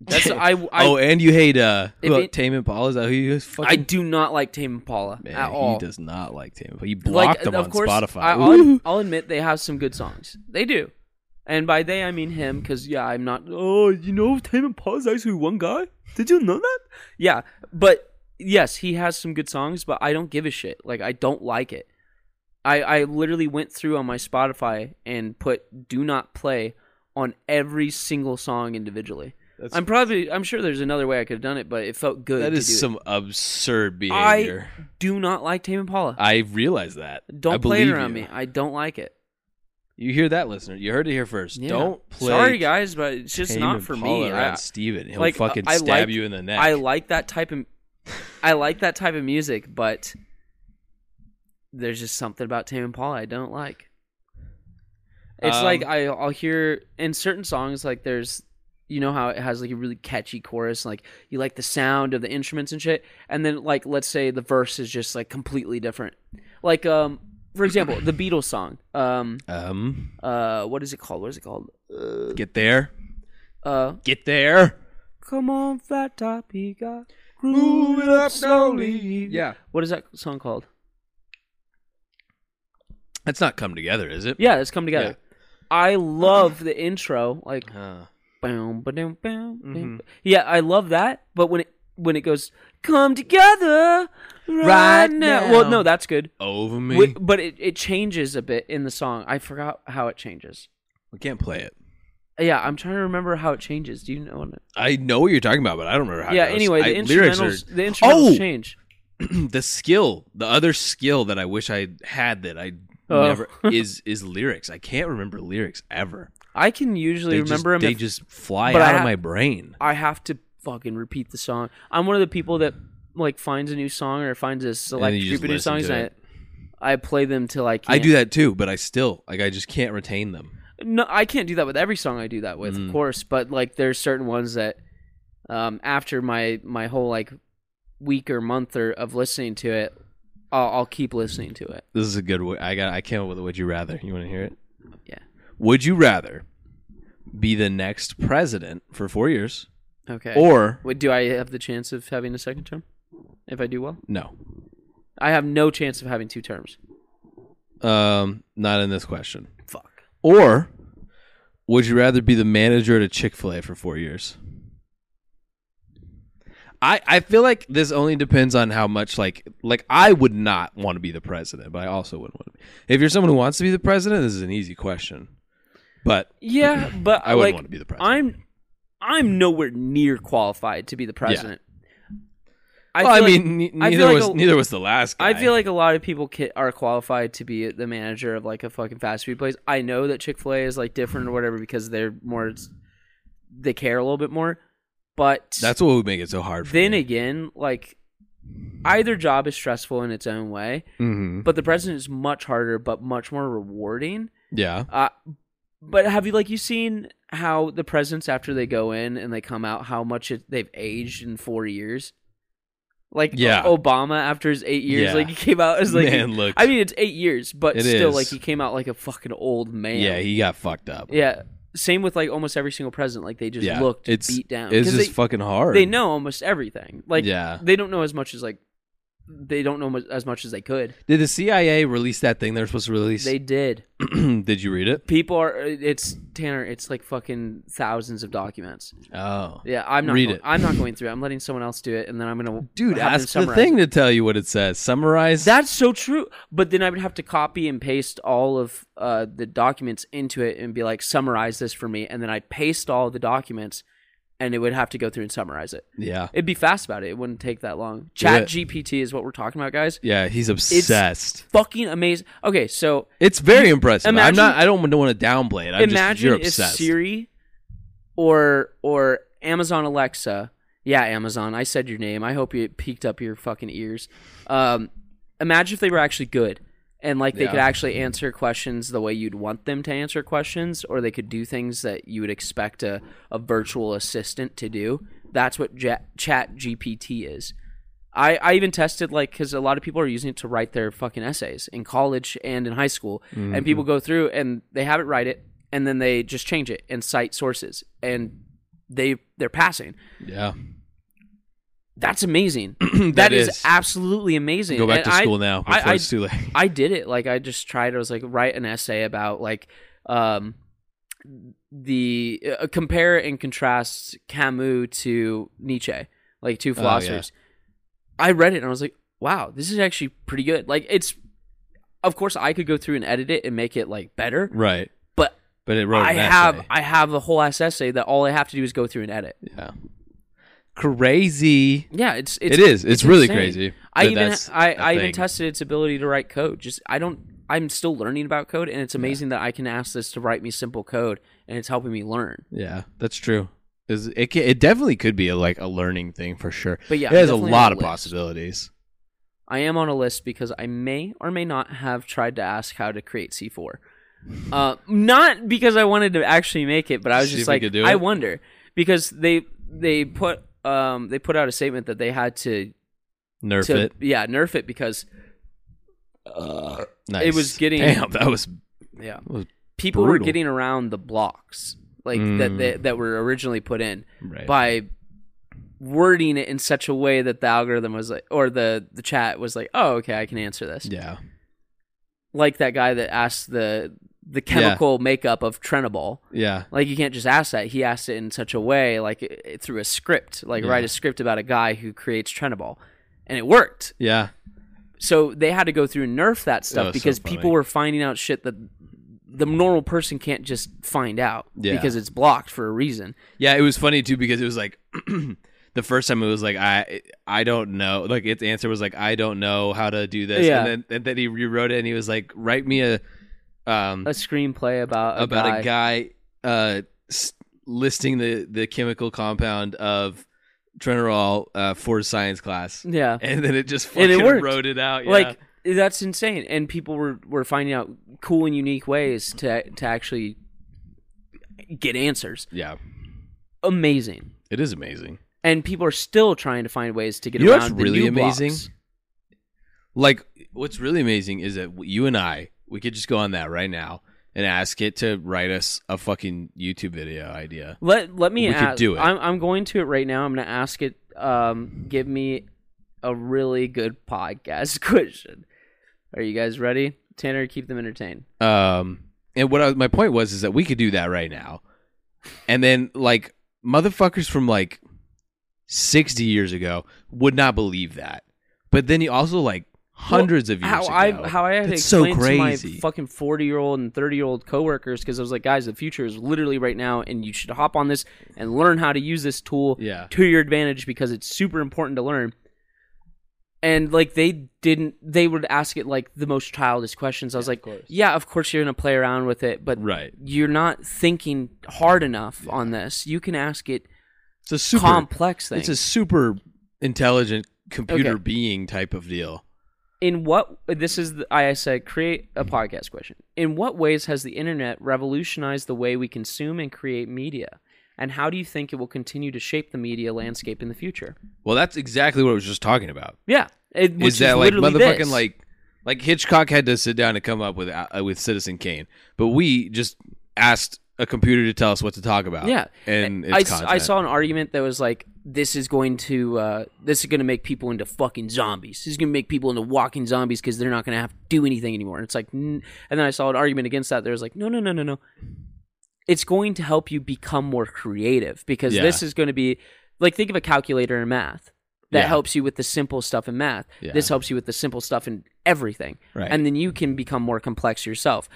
[SPEAKER 1] That's I I,
[SPEAKER 2] oh, and you hate uh, who,
[SPEAKER 1] If
[SPEAKER 2] uh,
[SPEAKER 1] it-
[SPEAKER 2] Tame Impala? Is that who you fucking?
[SPEAKER 1] I do not like Tame Impala
[SPEAKER 2] man,
[SPEAKER 1] at all.
[SPEAKER 2] he does not like Tame Impala. You blocked him on Spotify.
[SPEAKER 1] I,
[SPEAKER 2] Ooh.
[SPEAKER 1] will I'll admit they have some good songs. They do. And by they, I mean him, because, yeah, I'm not. Oh, you know, Tame Impala's actually one guy? Did you know that? Yeah, but yes, he has some good songs, but I don't give a shit. Like, I don't like it. I, I literally went through on my Spotify and put do not play on every single song individually.
[SPEAKER 2] That's,
[SPEAKER 1] I'm probably I'm sure there's another way I could have done it, but it felt good.
[SPEAKER 2] that
[SPEAKER 1] to
[SPEAKER 2] is
[SPEAKER 1] do it.
[SPEAKER 2] some
[SPEAKER 1] I-
[SPEAKER 2] absurd behavior.
[SPEAKER 1] Do not like Tame Impala.
[SPEAKER 2] I, realize that.
[SPEAKER 1] don't
[SPEAKER 2] I
[SPEAKER 1] play it
[SPEAKER 2] believe
[SPEAKER 1] around
[SPEAKER 2] you.
[SPEAKER 1] me. I don't like it.
[SPEAKER 2] You hear that, listener? You heard it here first.
[SPEAKER 1] Yeah.
[SPEAKER 2] Don't play.
[SPEAKER 1] Sorry guys, but it's just
[SPEAKER 2] Tame
[SPEAKER 1] not for
[SPEAKER 2] Impala
[SPEAKER 1] me.
[SPEAKER 2] around
[SPEAKER 1] I,
[SPEAKER 2] Steven. He'll
[SPEAKER 1] like,
[SPEAKER 2] fucking
[SPEAKER 1] I
[SPEAKER 2] stab
[SPEAKER 1] like-
[SPEAKER 2] you in the neck.
[SPEAKER 1] I like that type of I like that type of music, but there's just something about Tame Impala I don't like. It's
[SPEAKER 2] Um,
[SPEAKER 1] like I I'll hear in certain songs like there's you know how it has like a really catchy chorus like you like the sound of the instruments and shit and then like let's say the verse is just like completely different. Like um for example, the Beatles song. Um
[SPEAKER 2] um,
[SPEAKER 1] uh what is it called? What is it called? Uh,
[SPEAKER 2] get there,
[SPEAKER 1] uh
[SPEAKER 2] get there.
[SPEAKER 1] Come on, flat top, he got
[SPEAKER 2] Move it up slowly.
[SPEAKER 1] Yeah. What is that song called?
[SPEAKER 2] That's not come together, is it?
[SPEAKER 1] Yeah, let's come together. I love the intro, like
[SPEAKER 2] Huh.
[SPEAKER 1] boom, ba-doom, boom, boom.
[SPEAKER 2] Mhm.
[SPEAKER 1] Yeah, I love that. But when it when it goes, come together right,
[SPEAKER 2] Right
[SPEAKER 1] now.
[SPEAKER 2] now.
[SPEAKER 1] Well, no, that's good.
[SPEAKER 2] Over me.
[SPEAKER 1] Wi- but it, it changes a bit in the song. I forgot how it changes.
[SPEAKER 2] we can't play it.
[SPEAKER 1] Yeah, I'm trying to remember how it changes. Do you know? What
[SPEAKER 2] I know what you're talking about, but I don't remember how. it
[SPEAKER 1] yeah.
[SPEAKER 2] goes.
[SPEAKER 1] Anyway, the
[SPEAKER 2] I- lyrics are-
[SPEAKER 1] instrumentals the instrumentals
[SPEAKER 2] Oh!
[SPEAKER 1] change.
[SPEAKER 2] the skill, the other skill that I wish I had that I
[SPEAKER 1] Oh.
[SPEAKER 2] never is is lyrics. I can't remember lyrics ever.
[SPEAKER 1] I can usually
[SPEAKER 2] They
[SPEAKER 1] remember
[SPEAKER 2] just,
[SPEAKER 1] them.
[SPEAKER 2] they
[SPEAKER 1] if-
[SPEAKER 2] just fly
[SPEAKER 1] but I
[SPEAKER 2] out of
[SPEAKER 1] ha-
[SPEAKER 2] my brain.
[SPEAKER 1] I have to fucking repeat the song. I'm one of the people that like finds a new song or finds a select
[SPEAKER 2] you just
[SPEAKER 1] group of new
[SPEAKER 2] listen
[SPEAKER 1] songs
[SPEAKER 2] to
[SPEAKER 1] and
[SPEAKER 2] it.
[SPEAKER 1] I, I play them till I can't.
[SPEAKER 2] I do that too, but I still like I just can't retain them.
[SPEAKER 1] No, I can't do that with every song I do that with,
[SPEAKER 2] Mm.
[SPEAKER 1] of course, but like there's certain ones that um after my my whole like week or month or of listening to it, I'll, I'll keep listening to it.
[SPEAKER 2] This is a good way. I got. I came up with a would you rather. You want to hear it?
[SPEAKER 1] Yeah.
[SPEAKER 2] Would you rather be the next president for four years,
[SPEAKER 1] Okay.
[SPEAKER 2] or
[SPEAKER 1] Wait, do I have the chance of having a second term? If I do well?
[SPEAKER 2] no?
[SPEAKER 1] I have no chance of having two terms.
[SPEAKER 2] Um, not in this question.
[SPEAKER 1] Fuck.
[SPEAKER 2] Or would you rather be the manager at a Chick fil A for four years? I, I feel like this only depends on how much like like I would not want to be the president, but I also wouldn't want to be. If you're someone who wants to be the president, this is an easy question. But
[SPEAKER 1] Yeah, but
[SPEAKER 2] I wouldn't
[SPEAKER 1] like,
[SPEAKER 2] want to be the president.
[SPEAKER 1] I'm I'm nowhere near qualified to be the president. I,
[SPEAKER 2] Well, I,
[SPEAKER 1] feel like-
[SPEAKER 2] mean, ne-
[SPEAKER 1] I feel
[SPEAKER 2] neither
[SPEAKER 1] like
[SPEAKER 2] was
[SPEAKER 1] a-
[SPEAKER 2] neither was the last guy.
[SPEAKER 1] I feel like a lot of people ca- are qualified to be the manager of like a fucking fast food place. I know that Chick Fil A is like different or whatever because they're more they care a little bit more, but
[SPEAKER 2] that's what would make it so hard. For
[SPEAKER 1] then
[SPEAKER 2] me.
[SPEAKER 1] again, like either job is stressful in its own way,
[SPEAKER 2] Mhm.
[SPEAKER 1] but the president is much harder but much more rewarding.
[SPEAKER 2] yeah,
[SPEAKER 1] Uh, but have you like you seen how the presidents after they go in and they come out how much it, they've aged in four years? Like
[SPEAKER 2] Yeah.
[SPEAKER 1] O- Obama after his eight years,
[SPEAKER 2] Yeah.
[SPEAKER 1] like he came out as like
[SPEAKER 2] man, look,
[SPEAKER 1] I mean it's eight years, but
[SPEAKER 2] It
[SPEAKER 1] still
[SPEAKER 2] is.
[SPEAKER 1] like he came out like a fucking old man.
[SPEAKER 2] yeah, he got fucked up.
[SPEAKER 1] yeah. Same with like almost every single president, like they just
[SPEAKER 2] Yeah,
[SPEAKER 1] looked
[SPEAKER 2] it's-
[SPEAKER 1] beat down
[SPEAKER 2] it's just
[SPEAKER 1] they,
[SPEAKER 2] fucking hard.
[SPEAKER 1] they know almost everything. Like
[SPEAKER 2] yeah,
[SPEAKER 1] they don't know as much as like they don't know mu- as much as they could.
[SPEAKER 2] Did the CIA release that thing they're supposed to release?
[SPEAKER 1] They did.
[SPEAKER 2] Did you read it?
[SPEAKER 1] People are. It's Tanner. It's like fucking thousands of documents.
[SPEAKER 2] Oh,
[SPEAKER 1] Yeah, I'm not.
[SPEAKER 2] Read
[SPEAKER 1] going,
[SPEAKER 2] it.
[SPEAKER 1] I'm not going through. it. I'm letting someone else do it, and then I'm gonna have
[SPEAKER 2] dude,
[SPEAKER 1] them
[SPEAKER 2] ask the
[SPEAKER 1] summarize
[SPEAKER 2] thing
[SPEAKER 1] it.
[SPEAKER 2] to tell you what it says. Summarize.
[SPEAKER 1] That's so true. But then I would have to copy and paste all of uh, the documents into it and be like, summarize this for me, and then I paste all the documents, and it would have to go through and summarize it.
[SPEAKER 2] yeah,
[SPEAKER 1] It'd be fast about it. It wouldn't take that long. Chat
[SPEAKER 2] it.
[SPEAKER 1] GPT is what we're talking about, guys.
[SPEAKER 2] yeah. He's obsessed. It's,
[SPEAKER 1] Fucking amazing. Okay, so
[SPEAKER 2] very impressive. I'm
[SPEAKER 1] imagine-
[SPEAKER 2] not. I don't want to downplay it. I'm just
[SPEAKER 1] imagine
[SPEAKER 2] you're
[SPEAKER 1] if
[SPEAKER 2] obsessed.
[SPEAKER 1] Siri or or Amazon Alexa. Yeah, Amazon. I said your name. I hope it peeked up your fucking ears. Um, imagine if they were actually good and like they could
[SPEAKER 2] Yeah.
[SPEAKER 1] actually answer questions the way you'd want them to answer questions, or they could do things that you would expect a, a virtual assistant to do. That's what ja- Chat GPT is. I, I even tested like because a lot of people are using it to write their fucking essays in college and in high school, and
[SPEAKER 2] Mm-hmm.
[SPEAKER 1] people go through and they have it write it, and then they just change it and cite sources, and they they're passing.
[SPEAKER 2] yeah,
[SPEAKER 1] That's amazing.
[SPEAKER 2] That
[SPEAKER 1] that is,
[SPEAKER 2] is.
[SPEAKER 1] absolutely amazing.
[SPEAKER 2] go back
[SPEAKER 1] And
[SPEAKER 2] to
[SPEAKER 1] I-
[SPEAKER 2] school now before
[SPEAKER 1] I- I-
[SPEAKER 2] it's too late.
[SPEAKER 1] I did it. Like I just tried. I was like write an essay about like um the uh, compare and contrast Camus to Nietzsche, like two
[SPEAKER 2] Oh, yeah.
[SPEAKER 1] philosophers. I read it and I was like, wow, this is actually pretty good. Like it's of course I could go through and edit it and make it like better,
[SPEAKER 2] Right.
[SPEAKER 1] but
[SPEAKER 2] But it wrote.
[SPEAKER 1] I
[SPEAKER 2] an
[SPEAKER 1] have
[SPEAKER 2] essay.
[SPEAKER 1] I have a whole ass essay that all I have to do is go through and edit.
[SPEAKER 2] Yeah. Crazy.
[SPEAKER 1] Yeah, it's, it's
[SPEAKER 2] It's, it is. It's, really
[SPEAKER 1] insane.
[SPEAKER 2] crazy.
[SPEAKER 1] I
[SPEAKER 2] that
[SPEAKER 1] even
[SPEAKER 2] that's
[SPEAKER 1] I,
[SPEAKER 2] a
[SPEAKER 1] I even
[SPEAKER 2] thing.
[SPEAKER 1] tested its ability to write code. Just I don't I'm still learning about code and it's amazing that I can ask this to write me simple code and it's helping me learn.
[SPEAKER 2] Yeah, that's true. Is it? Can, it definitely could be a, like a learning thing for sure.
[SPEAKER 1] But yeah,
[SPEAKER 2] it has a
[SPEAKER 1] definitely
[SPEAKER 2] lot
[SPEAKER 1] on
[SPEAKER 2] of
[SPEAKER 1] the list.
[SPEAKER 2] possibilities.
[SPEAKER 1] I am on a list because I may or may not have tried to ask how to create C4. Uh, not because I wanted to actually make it, but I was
[SPEAKER 2] See
[SPEAKER 1] just
[SPEAKER 2] if we
[SPEAKER 1] like,
[SPEAKER 2] could do
[SPEAKER 1] I
[SPEAKER 2] it?
[SPEAKER 1] wonder because they they put um they put out a statement that they had to
[SPEAKER 2] Nerf
[SPEAKER 1] to
[SPEAKER 2] it.
[SPEAKER 1] yeah nerf it because
[SPEAKER 2] Nice.
[SPEAKER 1] was getting-
[SPEAKER 2] damn. That was
[SPEAKER 1] yeah
[SPEAKER 2] was
[SPEAKER 1] people were
[SPEAKER 2] brutal.
[SPEAKER 1] getting around the blocks like that,
[SPEAKER 2] Mm.
[SPEAKER 1] that that were originally put in
[SPEAKER 2] right.
[SPEAKER 1] by wording it in such a way that the algorithm was like or the the chat was like oh okay i can answer this
[SPEAKER 2] yeah.
[SPEAKER 1] like that guy that asked the the chemical makeup of trenobol
[SPEAKER 2] Yeah.
[SPEAKER 1] like you can't just ask that he asked it in such a way like it, it- through a script like
[SPEAKER 2] Yeah.
[SPEAKER 1] write a script about a guy who creates trenobol and it worked
[SPEAKER 2] Yeah.
[SPEAKER 1] so they had to go through and nerf that
[SPEAKER 2] Oh,
[SPEAKER 1] stuff
[SPEAKER 2] so
[SPEAKER 1] because people
[SPEAKER 2] funny.
[SPEAKER 1] were finding out shit that the normal person can't just find out
[SPEAKER 2] Yeah.
[SPEAKER 1] because it's blocked for a reason.
[SPEAKER 2] Yeah. It was funny too because it was like the first time it was like I I don't know. Like its answer was like I don't know how to do this.
[SPEAKER 1] Yeah.
[SPEAKER 2] And then and then he rewrote it and he was like write me a um
[SPEAKER 1] A screenplay about a
[SPEAKER 2] about
[SPEAKER 1] guy.
[SPEAKER 2] a guy uh, s- listing the, the chemical compound of trenerol uh, for science class,
[SPEAKER 1] Yeah.
[SPEAKER 2] and then it just
[SPEAKER 1] And it
[SPEAKER 2] fucking
[SPEAKER 1] worked.
[SPEAKER 2] wrote it out. Yeah.
[SPEAKER 1] Like that's insane and people were were finding out cool and unique ways to to actually get answers.
[SPEAKER 2] yeah,
[SPEAKER 1] Amazing.
[SPEAKER 2] it is amazing.
[SPEAKER 1] And people are still trying to find ways to get
[SPEAKER 2] You know
[SPEAKER 1] around
[SPEAKER 2] what's
[SPEAKER 1] the
[SPEAKER 2] really
[SPEAKER 1] new
[SPEAKER 2] amazing?
[SPEAKER 1] blocks.
[SPEAKER 2] Like what's really amazing is that you and I we could just go on that right now and ask it to write us a fucking YouTube video idea.
[SPEAKER 1] Let let me
[SPEAKER 2] We could
[SPEAKER 1] ask.
[SPEAKER 2] do it.
[SPEAKER 1] I'm I'm going to it right now. I'm going to ask it. Um, give me a really good podcast question. Are you guys ready? Tanner, keep them entertained.
[SPEAKER 2] Um, and what I, my point was is that we could do that right now, and then like motherfuckers from like sixty years ago would not believe that, but then you also like hundreds of years
[SPEAKER 1] How
[SPEAKER 2] ago.
[SPEAKER 1] I how I had to
[SPEAKER 2] That's so
[SPEAKER 1] explain to my
[SPEAKER 2] crazy.
[SPEAKER 1] fucking forty year old and thirty year old coworkers because I was like, guys, the future is literally right now, and you should hop on this and learn how to use this tool
[SPEAKER 2] yeah,
[SPEAKER 1] to your advantage because it's super important to learn. And like they didn't, they would ask it like the most childish questions. I was like, yeah, of course you're gonna play around with it, but
[SPEAKER 2] right.
[SPEAKER 1] you're not thinking hard enough on this. You can ask it
[SPEAKER 2] It's a super.
[SPEAKER 1] complex things.
[SPEAKER 2] it's a super intelligent computer
[SPEAKER 1] Okay.
[SPEAKER 2] being type of deal.
[SPEAKER 1] In what this is, the, I said, create a podcast question. In what ways has the internet revolutionized the way we consume and create media? And how do you think it will continue to shape the media landscape in the future?
[SPEAKER 2] Well, that's exactly what I was just talking about.
[SPEAKER 1] Yeah, it, which
[SPEAKER 2] is that like
[SPEAKER 1] literally
[SPEAKER 2] motherfucking
[SPEAKER 1] this.
[SPEAKER 2] like like Hitchcock had to sit down and come up with uh, with Citizen Kane, but we just asked a computer to tell us what to talk about.
[SPEAKER 1] Yeah,
[SPEAKER 2] and
[SPEAKER 1] I,
[SPEAKER 2] it's
[SPEAKER 1] s- I
[SPEAKER 2] content.
[SPEAKER 1] saw an argument that was like, "This is going to uh, this is going to make people into fucking zombies. This is going to make people into walking zombies because they're not going to have to do anything anymore." And it's like, n- and then I saw an argument against that. There was like, "No, no, no, no, no. It's going to help you become more creative because
[SPEAKER 2] Yeah.
[SPEAKER 1] this is going to be like think of a calculator in math." That
[SPEAKER 2] Yeah.
[SPEAKER 1] helps you with the simple stuff in math.
[SPEAKER 2] Yeah.
[SPEAKER 1] This helps you with the simple stuff in everything.
[SPEAKER 2] Right.
[SPEAKER 1] And then you can become more complex yourself.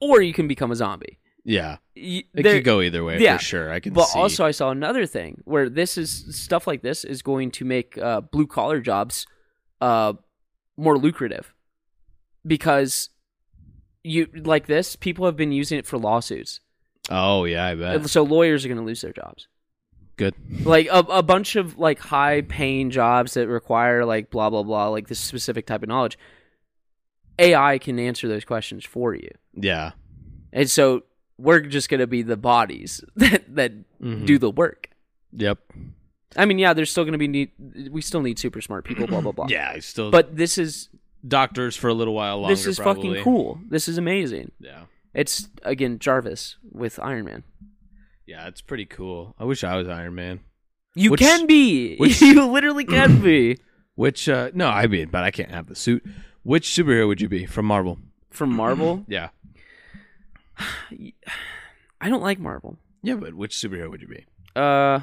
[SPEAKER 1] Or you can become a zombie.
[SPEAKER 2] Yeah,
[SPEAKER 1] You,
[SPEAKER 2] it
[SPEAKER 1] there-
[SPEAKER 2] could go either way
[SPEAKER 1] yeah,
[SPEAKER 2] for sure. I can.
[SPEAKER 1] but
[SPEAKER 2] see.
[SPEAKER 1] also, I saw another thing where this is stuff like this is going to make uh, blue collar jobs uh, more lucrative because you like this. People have been using it for lawsuits,
[SPEAKER 2] oh yeah, I bet
[SPEAKER 1] so lawyers are going to lose their jobs.
[SPEAKER 2] good.
[SPEAKER 1] Like a, a bunch of like high paying jobs that require like blah blah blah, like this specific type of knowledge. AI can answer those questions for you,
[SPEAKER 2] Yeah,
[SPEAKER 1] and so we're just going to be the bodies that that
[SPEAKER 2] Mhm.
[SPEAKER 1] do the work.
[SPEAKER 2] Yep.
[SPEAKER 1] I mean, yeah, there's still going to be need. We still need super smart people. Blah blah blah.
[SPEAKER 2] Yeah, I still.
[SPEAKER 1] But this is
[SPEAKER 2] doctors for a little while longer.
[SPEAKER 1] this is
[SPEAKER 2] probably.
[SPEAKER 1] fucking cool. This is amazing.
[SPEAKER 2] Yeah,
[SPEAKER 1] It's again Jarvis with Iron Man.
[SPEAKER 2] yeah, it's pretty cool. I wish I was Iron Man.
[SPEAKER 1] You
[SPEAKER 2] Which-
[SPEAKER 1] can be.
[SPEAKER 2] which-
[SPEAKER 1] you literally can be
[SPEAKER 2] Which uh no, I mean, but I can't have the suit. Which superhero would you be from Marvel?
[SPEAKER 1] from Marvel.
[SPEAKER 2] Yeah,
[SPEAKER 1] I don't like Marvel.
[SPEAKER 2] yeah, but which superhero would you be?
[SPEAKER 1] Uh,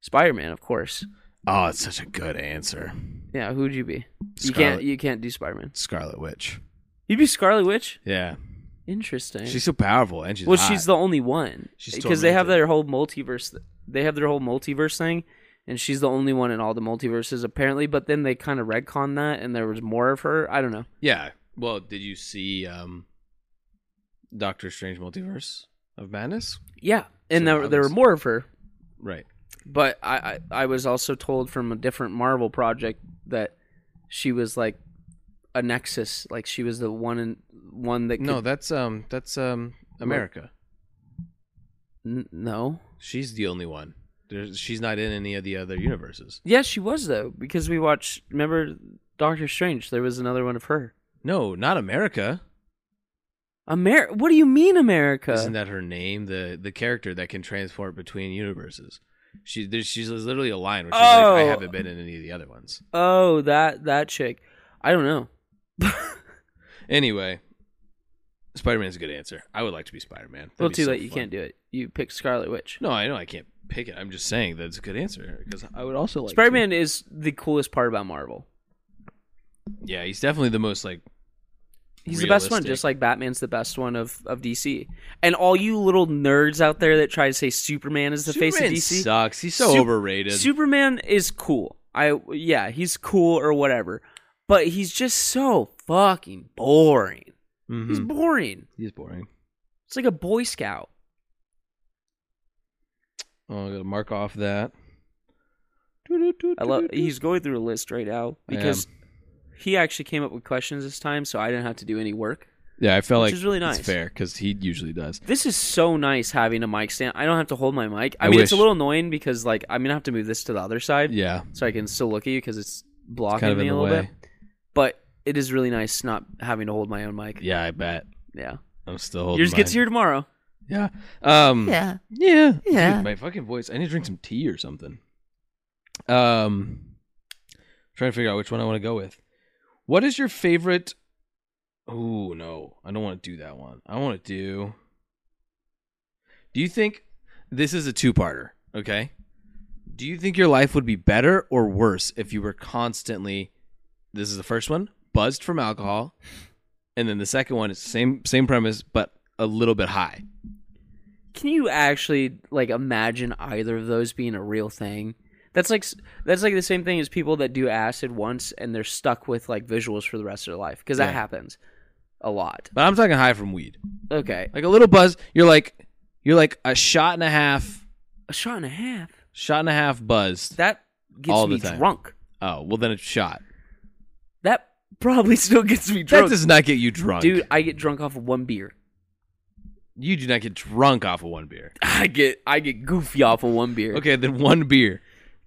[SPEAKER 1] Spider Man, of course.
[SPEAKER 2] Oh, it's such a good answer.
[SPEAKER 1] Yeah, who'd you be? You
[SPEAKER 2] Scarlet-
[SPEAKER 1] can't. You can't do Spider Man.
[SPEAKER 2] Scarlet Witch.
[SPEAKER 1] You'd be Scarlet Witch.
[SPEAKER 2] Yeah. Yeah.
[SPEAKER 1] Interesting.
[SPEAKER 2] She's so powerful, and she's
[SPEAKER 1] well,
[SPEAKER 2] hot.
[SPEAKER 1] she's the only one
[SPEAKER 2] She's
[SPEAKER 1] because they have
[SPEAKER 2] tormented.
[SPEAKER 1] their whole multiverse. th- They have their whole multiverse thing, and she's the only one in all the multiverses apparently. But then they kind of redcon that, and there was more of her. I don't know.
[SPEAKER 2] yeah. Well, did you see um, Doctor Strange Multiverse of Madness?
[SPEAKER 1] Yeah, and
[SPEAKER 2] So
[SPEAKER 1] there,
[SPEAKER 2] that
[SPEAKER 1] there were
[SPEAKER 2] was-
[SPEAKER 1] more of her.
[SPEAKER 2] Right.
[SPEAKER 1] But I, I I was also told from a different Marvel project that she was like a nexus, like she was the one in one that
[SPEAKER 2] No,
[SPEAKER 1] could,
[SPEAKER 2] that's um, that's um, America.
[SPEAKER 1] N- no.
[SPEAKER 2] She's the only one. There's, she's not in any of the other universes.
[SPEAKER 1] Yeah, she was though because we watched. Remember Doctor Strange? There was another one of her.
[SPEAKER 2] No, not America.
[SPEAKER 1] Amer. What do you mean, America?
[SPEAKER 2] Isn't that her name? The the character that can transport between universes. She there's, she's literally a line where she's like,
[SPEAKER 1] Oh.
[SPEAKER 2] I haven't been in any of the other ones.
[SPEAKER 1] Oh, that that chick. I don't know.
[SPEAKER 2] Anyway, Spider Man's a good answer. I would like to be Spider Man.
[SPEAKER 1] well, too late. You can't do it. You picked Scarlet Witch.
[SPEAKER 2] No, I know I can't pick it. I'm just saying that it's a good answer because I would also like to.
[SPEAKER 1] Spider Man is the coolest part about Marvel.
[SPEAKER 2] Yeah, he's definitely the most like.
[SPEAKER 1] He's the best one,
[SPEAKER 2] Realistic.
[SPEAKER 1] just like Batman's the best one of, of DC. And all you little nerds out there that try to say Superman is the face of
[SPEAKER 2] Superman
[SPEAKER 1] DC,
[SPEAKER 2] sucks. He's so
[SPEAKER 1] Sup-
[SPEAKER 2] overrated.
[SPEAKER 1] Superman is cool. I yeah, he's cool or whatever, but he's just so fucking boring.
[SPEAKER 2] Mhm.
[SPEAKER 1] He's boring.
[SPEAKER 2] He's boring.
[SPEAKER 1] It's like a Boy Scout.
[SPEAKER 2] Oh, I gotta mark off that.
[SPEAKER 1] I love. He's going through a list right now
[SPEAKER 2] I am.
[SPEAKER 1] because he actually came up with questions this time, so I didn't have to do any work.
[SPEAKER 2] Yeah, I felt
[SPEAKER 1] Which
[SPEAKER 2] like
[SPEAKER 1] is really nice.
[SPEAKER 2] it's fair because he usually does.
[SPEAKER 1] This is so nice having a mic stand. I don't have to hold my mic. I,
[SPEAKER 2] I
[SPEAKER 1] mean, it's a
[SPEAKER 2] wish.
[SPEAKER 1] little annoying because like I'm gonna have to move this to the other side
[SPEAKER 2] Yeah,
[SPEAKER 1] so I can still look at you because it's blocking
[SPEAKER 2] kind of
[SPEAKER 1] me
[SPEAKER 2] in
[SPEAKER 1] a
[SPEAKER 2] the
[SPEAKER 1] little
[SPEAKER 2] way.
[SPEAKER 1] bit. But it is really nice not having to hold my own mic.
[SPEAKER 2] Yeah, I bet.
[SPEAKER 1] Yeah.
[SPEAKER 2] I'm still holding.
[SPEAKER 1] Yours gets
[SPEAKER 2] mine.
[SPEAKER 1] here tomorrow.
[SPEAKER 2] Yeah. Um.
[SPEAKER 3] Yeah.
[SPEAKER 2] Yeah.
[SPEAKER 3] Yeah.
[SPEAKER 2] Dude, my fucking voice. I need to drink some tea or something. Um trying to figure out which one I want to go with. What is your favorite Oh no, I don't want to do that one. I want to do Do you think this is a two-parter, okay? Do you think your life would be better or worse if you were constantly this is the first one, buzzed from alcohol, and then the second one is same same premise but a little bit high.
[SPEAKER 1] Can you actually like imagine either of those being a real thing? That's like s- that's like the same thing as people that do acid once and they're stuck with like visuals for the rest of their life because that
[SPEAKER 2] Yeah.
[SPEAKER 1] happens a lot.
[SPEAKER 2] But I'm talking high from weed.
[SPEAKER 1] Okay,
[SPEAKER 2] Like a little buzz. You're like you're like a shot and a half,
[SPEAKER 1] a shot and a half.
[SPEAKER 2] shot and a half buzzed.
[SPEAKER 1] That gets
[SPEAKER 2] All the
[SPEAKER 1] me
[SPEAKER 2] time.
[SPEAKER 1] drunk.
[SPEAKER 2] Oh, well then it's shot.
[SPEAKER 1] That probably still gets me
[SPEAKER 2] That
[SPEAKER 1] drunk.
[SPEAKER 2] does not get you drunk.
[SPEAKER 1] Dude, I get drunk off of one beer.
[SPEAKER 2] you do not get drunk off of one beer.
[SPEAKER 1] I get I get goofy off of one beer.
[SPEAKER 2] Okay, then one beer.